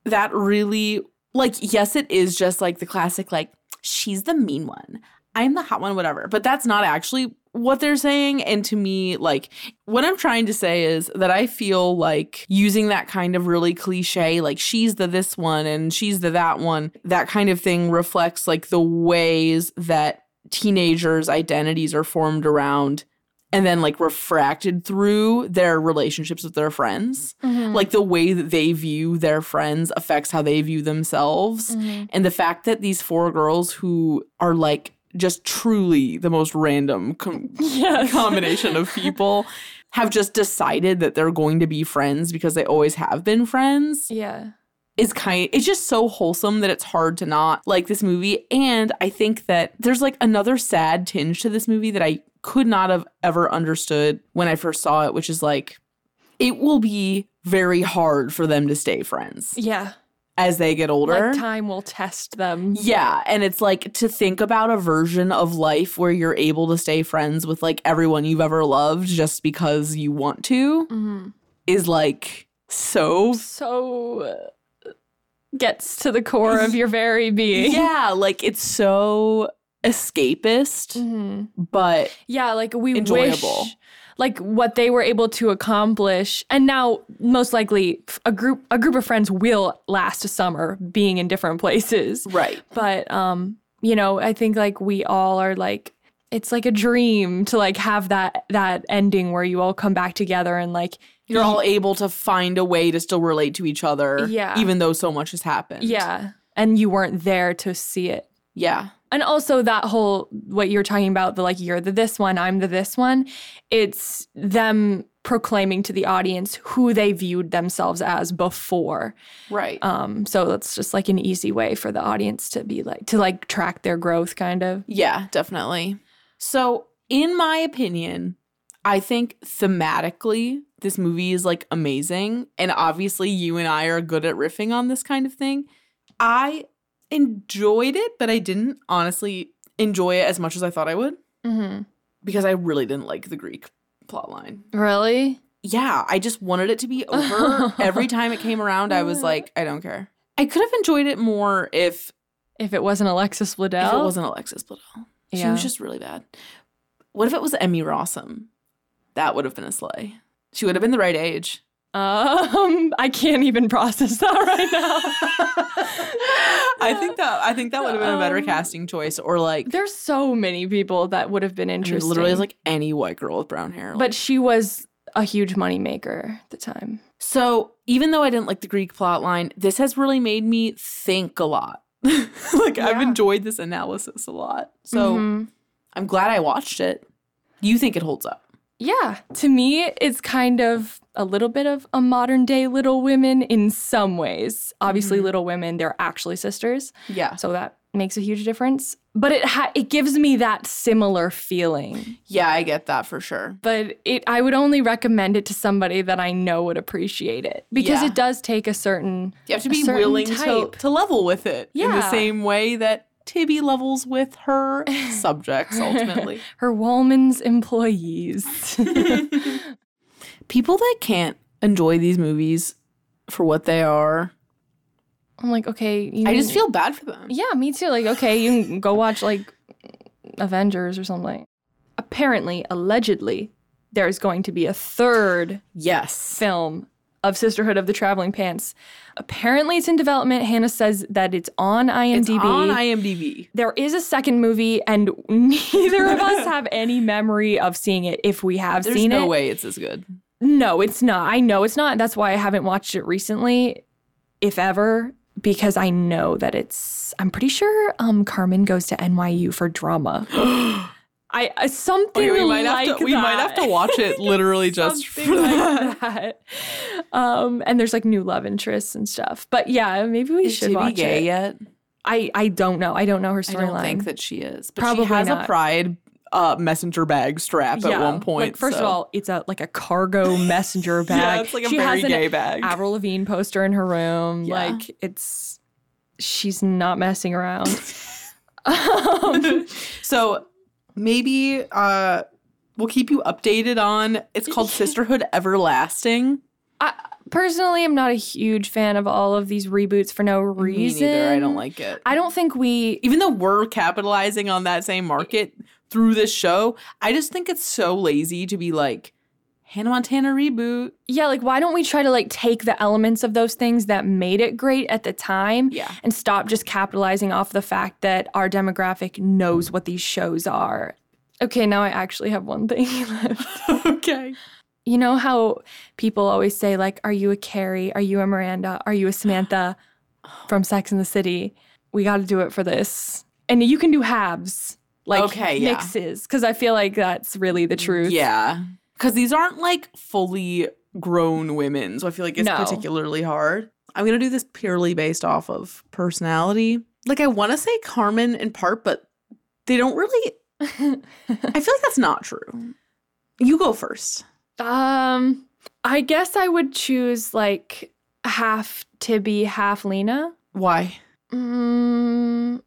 Speaker 1: that really like yes, it is just like the classic like she's the mean one. I'm the hot one, whatever. But that's not actually what they're saying. And to me, like, what I'm trying to say is that I feel like using that kind of really cliche, like, she's the this one and she's the that one, that kind of thing reflects like the ways that teenagers' identities are formed around and then like refracted through their relationships with their friends. Like the way that they view their friends affects how they view themselves. And the fact that these four girls who are like just truly the most random com- combination of people have just decided that they're going to be friends because they always have been friends
Speaker 2: Yeah.
Speaker 1: is kind it's just so wholesome that it's hard to not like this movie and i think that there's like another sad tinge to this movie that i could not have ever understood when i first saw it which is like it will be very hard for them to stay friends
Speaker 2: Yeah.
Speaker 1: as they get older
Speaker 2: Like time will test them.
Speaker 1: yeah, and it's like to think about a version of life where you're able to stay friends with like everyone you've ever loved just because you want to is like so
Speaker 2: So uh, gets to the core of your very
Speaker 1: [LAUGHS]
Speaker 2: being.
Speaker 1: yeah, like it's so escapist,
Speaker 2: Mhm.
Speaker 1: but
Speaker 2: Yeah, like we
Speaker 1: Enjoyable.
Speaker 2: wish like what they were able to accomplish. And now most likely f- a group a group of friends will last a summer being in different places.
Speaker 1: right.
Speaker 2: But um, you know, I think like we all are like it's like a dream to like have that that ending where you all come back together and like
Speaker 1: You're all able to find a way to still relate to each other,
Speaker 2: Yeah.
Speaker 1: even though so much has happened.
Speaker 2: yeah, and you weren't there to see it.
Speaker 1: yeah,
Speaker 2: and also that whole what you're talking about the like you're the this one i'm the this one it's them proclaiming to the audience who they viewed themselves as before
Speaker 1: right.
Speaker 2: um so that's just like an easy way for the audience to be like to like track their growth kind of
Speaker 1: Yeah, definitely. So, in my opinion, I think thematically, this movie is like amazing. And obviously, you and I are good at riffing on this kind of thing. I enjoyed it, but I didn't honestly enjoy it as much as I thought I would
Speaker 2: mm-hmm.
Speaker 1: because I really didn't like the Greek plotline.
Speaker 2: really
Speaker 1: Yeah, I just wanted it to be over. Every time it came around, I was like, I don't care. I could have enjoyed it more if
Speaker 2: if it wasn't alexis
Speaker 1: if
Speaker 2: bledel
Speaker 1: it wasn't Alexis Bledel. She
Speaker 2: Yeah.
Speaker 1: was just really bad. What if it was Emmy Rossum? That would have been a sleigh. She would have been the right [LAUGHS] age.
Speaker 2: um i can't even process that right
Speaker 1: [LAUGHS]
Speaker 2: now
Speaker 1: I think that I think that would have been a better
Speaker 2: Um,
Speaker 1: casting choice. Or like,
Speaker 2: there's so many people that would have been
Speaker 1: I mean,
Speaker 2: interested
Speaker 1: literally, is like any white girl with brown hair.
Speaker 2: but she was a huge moneymaker at the time.
Speaker 1: So even though I didn't like the Greek plot line, this has really made me think a lot. [LAUGHS] like I've enjoyed this analysis a lot. So
Speaker 2: Mhm.
Speaker 1: I'm glad I watched it. You think it holds up?
Speaker 2: yeah, to me, it's kind of a little bit of a modern day Little Women in some ways.
Speaker 1: Mm-hmm.
Speaker 2: Obviously, Little Women, they're actually sisters,
Speaker 1: Yeah.
Speaker 2: so that makes a huge difference. But it ha- it gives me that similar feeling.
Speaker 1: Yeah, I get that for sure.
Speaker 2: But it, I would only recommend it to somebody that I know would appreciate it because
Speaker 1: Yeah.
Speaker 2: it does take a certain
Speaker 1: You have to
Speaker 2: a
Speaker 1: be
Speaker 2: certain
Speaker 1: willing to,
Speaker 2: type.
Speaker 1: to level with it in the
Speaker 2: Yeah.
Speaker 1: same way that Tibby levels with
Speaker 2: [LAUGHS]
Speaker 1: her subjects ultimately.
Speaker 2: her
Speaker 1: [LAUGHS]
Speaker 2: Wallman's employees.
Speaker 1: People that can't enjoy these movies for what they are
Speaker 2: I'm like, okay, you
Speaker 1: I
Speaker 2: mean-
Speaker 1: just feel bad for them.
Speaker 2: Mm. Yeah, me too. Like, okay, you can go watch like Avengers or something. Apparently, allegedly, there's going to be a third
Speaker 1: Yes.
Speaker 2: film of Sisterhood of the Traveling Pants. Apparently, it's in development. Hannah says that it's on IMDb.
Speaker 1: It's on IMDb.
Speaker 2: there is a second movie, and [LAUGHS] neither of us have any memory of seeing it. If we have
Speaker 1: There's
Speaker 2: seen
Speaker 1: no
Speaker 2: it,
Speaker 1: way it's as
Speaker 2: [GASPS]
Speaker 1: good.
Speaker 2: no, it's not. I know it's not. That's why I haven't watched it recently, if ever, because I know that it's. I'm pretty sure um, Carmen goes to NYU for drama. I uh,
Speaker 1: Okay,
Speaker 2: something
Speaker 1: we might
Speaker 2: like
Speaker 1: have to we might
Speaker 2: that.
Speaker 1: have to watch it
Speaker 2: [LAUGHS]
Speaker 1: literally just for
Speaker 2: Something like that. Um, and there's like new love interests and stuff. But yeah, maybe we should watch it.
Speaker 1: yet?
Speaker 2: I I don't know. I don't know her
Speaker 1: I
Speaker 2: storyline.
Speaker 1: don't think that she is. But
Speaker 2: Probably
Speaker 1: she has
Speaker 2: not.
Speaker 1: a pride uh, messenger bag strap at
Speaker 2: Yeah,
Speaker 1: one point.
Speaker 2: Like, first
Speaker 1: so-
Speaker 2: of all, it's a like a cargo messenger bag.
Speaker 1: [LAUGHS] yeah, it's like a
Speaker 2: she
Speaker 1: very
Speaker 2: has an
Speaker 1: gay bag.
Speaker 2: Avril Lavigne poster in her room.
Speaker 1: Yeah.
Speaker 2: Like it's she's not messing around.
Speaker 1: [LAUGHS]
Speaker 2: um,
Speaker 1: So maybe uh, we'll keep you updated on. It's [LAUGHS] called Sisterhood Everlasting.
Speaker 2: I personally am not a huge fan of all of these reboots for no reason.
Speaker 1: Me neither. I don't like it.
Speaker 2: I don't think we
Speaker 1: Even though we're capitalizing on that same market through this show, I just think it's so lazy to be like Hannah Montana reboot.
Speaker 2: yeah, like why don't we try to like take the elements of those things that made it great at the time
Speaker 1: Yeah.
Speaker 2: and stop just capitalizing off the fact that our demographic knows what these shows are. Okay, now I actually have one thing [LAUGHS] left.
Speaker 1: [LAUGHS] okay.
Speaker 2: You know how people always say, like, are you a Carrie? Are you a Miranda? Are you
Speaker 1: [GASPS]
Speaker 2: a Samantha from Sex in the City? We got to do it for this. And you can do halves, like
Speaker 1: Okay, yeah.
Speaker 2: mixes, because I feel like that's really the truth.
Speaker 1: Yeah. Because these aren't like fully grown women. So I feel like it's
Speaker 2: No.
Speaker 1: particularly hard. I'm going to do this purely based off of personality. Like, I want to say Carmen in part, but they don't
Speaker 2: [LAUGHS]
Speaker 1: really. I feel like that's not true. You go first.
Speaker 2: Um, I guess I would choose like half Tibby, half Lena.
Speaker 1: Why?
Speaker 2: Mm,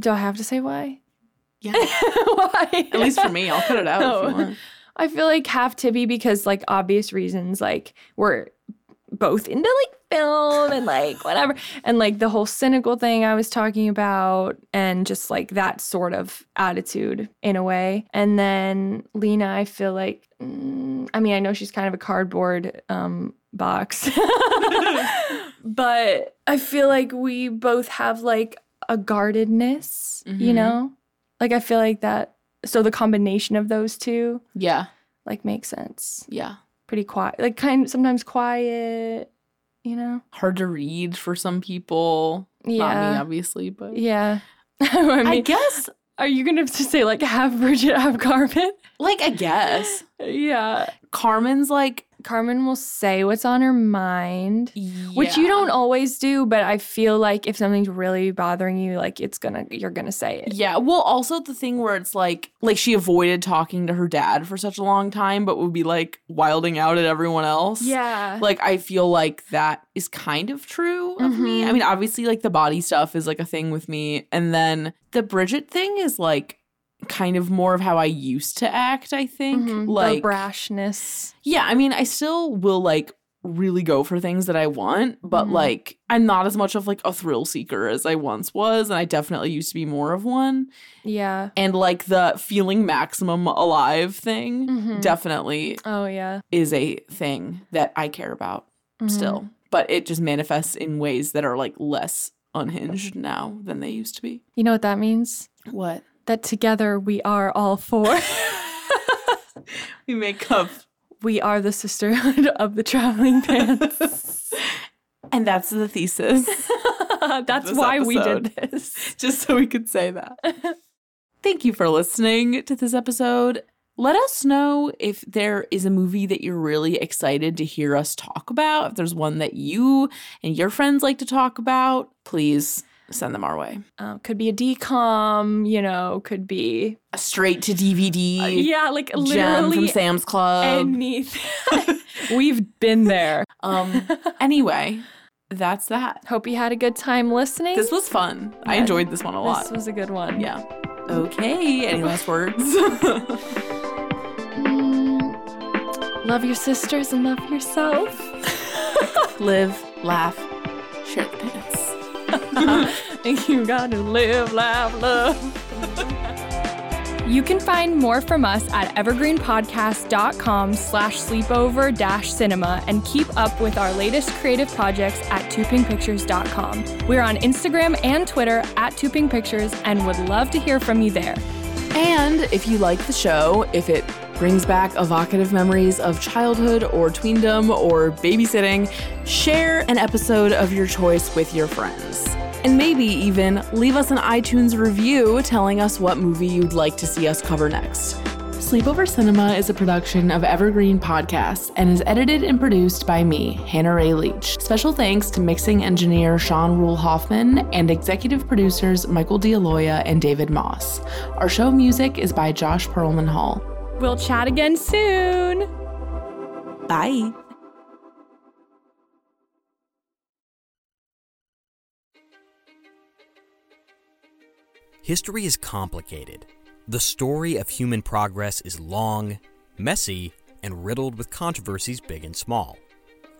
Speaker 2: do I have to say why? [LAUGHS]
Speaker 1: Yeah.
Speaker 2: why?
Speaker 1: At least for me, I'll cut it out if you
Speaker 2: No.
Speaker 1: want.
Speaker 2: I feel like half Tibby because like obvious reasons, like we're both into like film and like whatever. And like the whole cynical thing I was talking about and just like that sort of attitude in a way. And then Lena, I feel like mm, I mean, I know she's kind of a cardboard um box. [LAUGHS] but I feel like we both have like a guardedness, you
Speaker 1: Mhm.
Speaker 2: know? Like I feel like that so the combination of those two
Speaker 1: Yeah.
Speaker 2: like makes sense.
Speaker 1: Yeah.
Speaker 2: Pretty quiet, like kind sometimes quiet, you know.
Speaker 1: Hard to read for some people. Not me,
Speaker 2: Yeah,
Speaker 1: obviously,
Speaker 2: [LAUGHS]
Speaker 1: but.
Speaker 2: yeah. I mean,
Speaker 1: I guess,
Speaker 2: are you gonna just say like [LAUGHS] half Bridget, half Carmen? [LAUGHS]
Speaker 1: like, I guess.
Speaker 2: yeah,
Speaker 1: Carmen's like.
Speaker 2: Carmen will say what's on her mind, which you
Speaker 1: yeah.
Speaker 2: don't always do. But I feel like if something's really bothering you, like it's gonna you're gonna say it.
Speaker 1: Yeah, well, also the thing where it's like, like she avoided talking to her dad for such a long time, but would be like wilding out at everyone else.
Speaker 2: Yeah,
Speaker 1: Like, I feel like that is kind of true of me.
Speaker 2: Mhm.
Speaker 1: I mean, obviously, like the body stuff is like a thing with me. And then the Bridget thing is like kind of more of how I used to act, I think.
Speaker 2: Mhm,
Speaker 1: Like,
Speaker 2: the brashness.
Speaker 1: yeah, I mean, I still will like really go for things that I want, but
Speaker 2: Mhm.
Speaker 1: like I'm not as much of like a thrill seeker as I once was. And I definitely used to be more of one
Speaker 2: Yeah.
Speaker 1: and like the feeling maximum alive thing
Speaker 2: Mhm.
Speaker 1: definitely
Speaker 2: Oh yeah.
Speaker 1: is a thing that I care about
Speaker 2: Mhm.
Speaker 1: still, but it just manifests in ways that are like less unhinged now than they used to be.
Speaker 2: You know what that means?
Speaker 1: What?
Speaker 2: That together we are all four.
Speaker 1: We make up.
Speaker 2: we are the sisterhood [LAUGHS] of the traveling pants.
Speaker 1: [LAUGHS] And that's the [LAUGHS] thesis.
Speaker 2: That's
Speaker 1: This
Speaker 2: why we did
Speaker 1: episode.
Speaker 2: this.
Speaker 1: [LAUGHS] just so we could say that. [LAUGHS] Thank you for listening to this episode. Let us know if there is a movie that you're really excited to hear us talk about. If there's one that you and your friends like to talk about, please send them our way.
Speaker 2: Uh, could be a decom, you know, could be uh,
Speaker 1: A straight to DVD.
Speaker 2: yeah, like
Speaker 1: Uh, Gem from
Speaker 2: literally
Speaker 1: Sam's Club.
Speaker 2: anything. [LAUGHS] We've been there.
Speaker 1: [LAUGHS] [LAUGHS] um, anyway, that's that.
Speaker 2: Hope you had a good time listening.
Speaker 1: This was fun. I enjoyed this one a
Speaker 2: This
Speaker 1: lot.
Speaker 2: was a good one.
Speaker 1: Yeah. Okay. Any last [LAUGHS] words?
Speaker 2: Mm, love your sisters and love yourself.
Speaker 1: Live, laugh, Share the pants.
Speaker 2: you gotta live, laugh, love. You can find more from us at evergreenpodcast.com slash sleepover dash cinema and keep up with our latest creative projects at tupingpictures.com. We're on Instagram and Twitter at tupingpictures and would love to hear from you there.
Speaker 1: And if you like the show, if it brings back evocative memories of childhood or tweendom or babysitting, share an episode of your choice with your friends. And maybe even leave us an iTunes review telling us what movie you'd like to see us cover next. Sleepover Cinema is a production of Evergreen Podcasts and is edited and produced by me, Hannah Ray Leach. Special thanks to mixing engineer Sean Rule Hoffman and executive producers Michael D'Aloia and David Moss. Our show music is by Josh Perlman Hall.
Speaker 2: We'll chat again soon.
Speaker 1: Bye.
Speaker 5: History is complicated. The story of human progress is long, messy, and riddled with controversies big and small.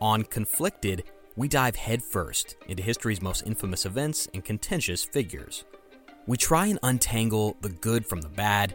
Speaker 5: On Conflicted, we dive headfirst into history's most infamous events and contentious figures. We try and untangle the good from the bad,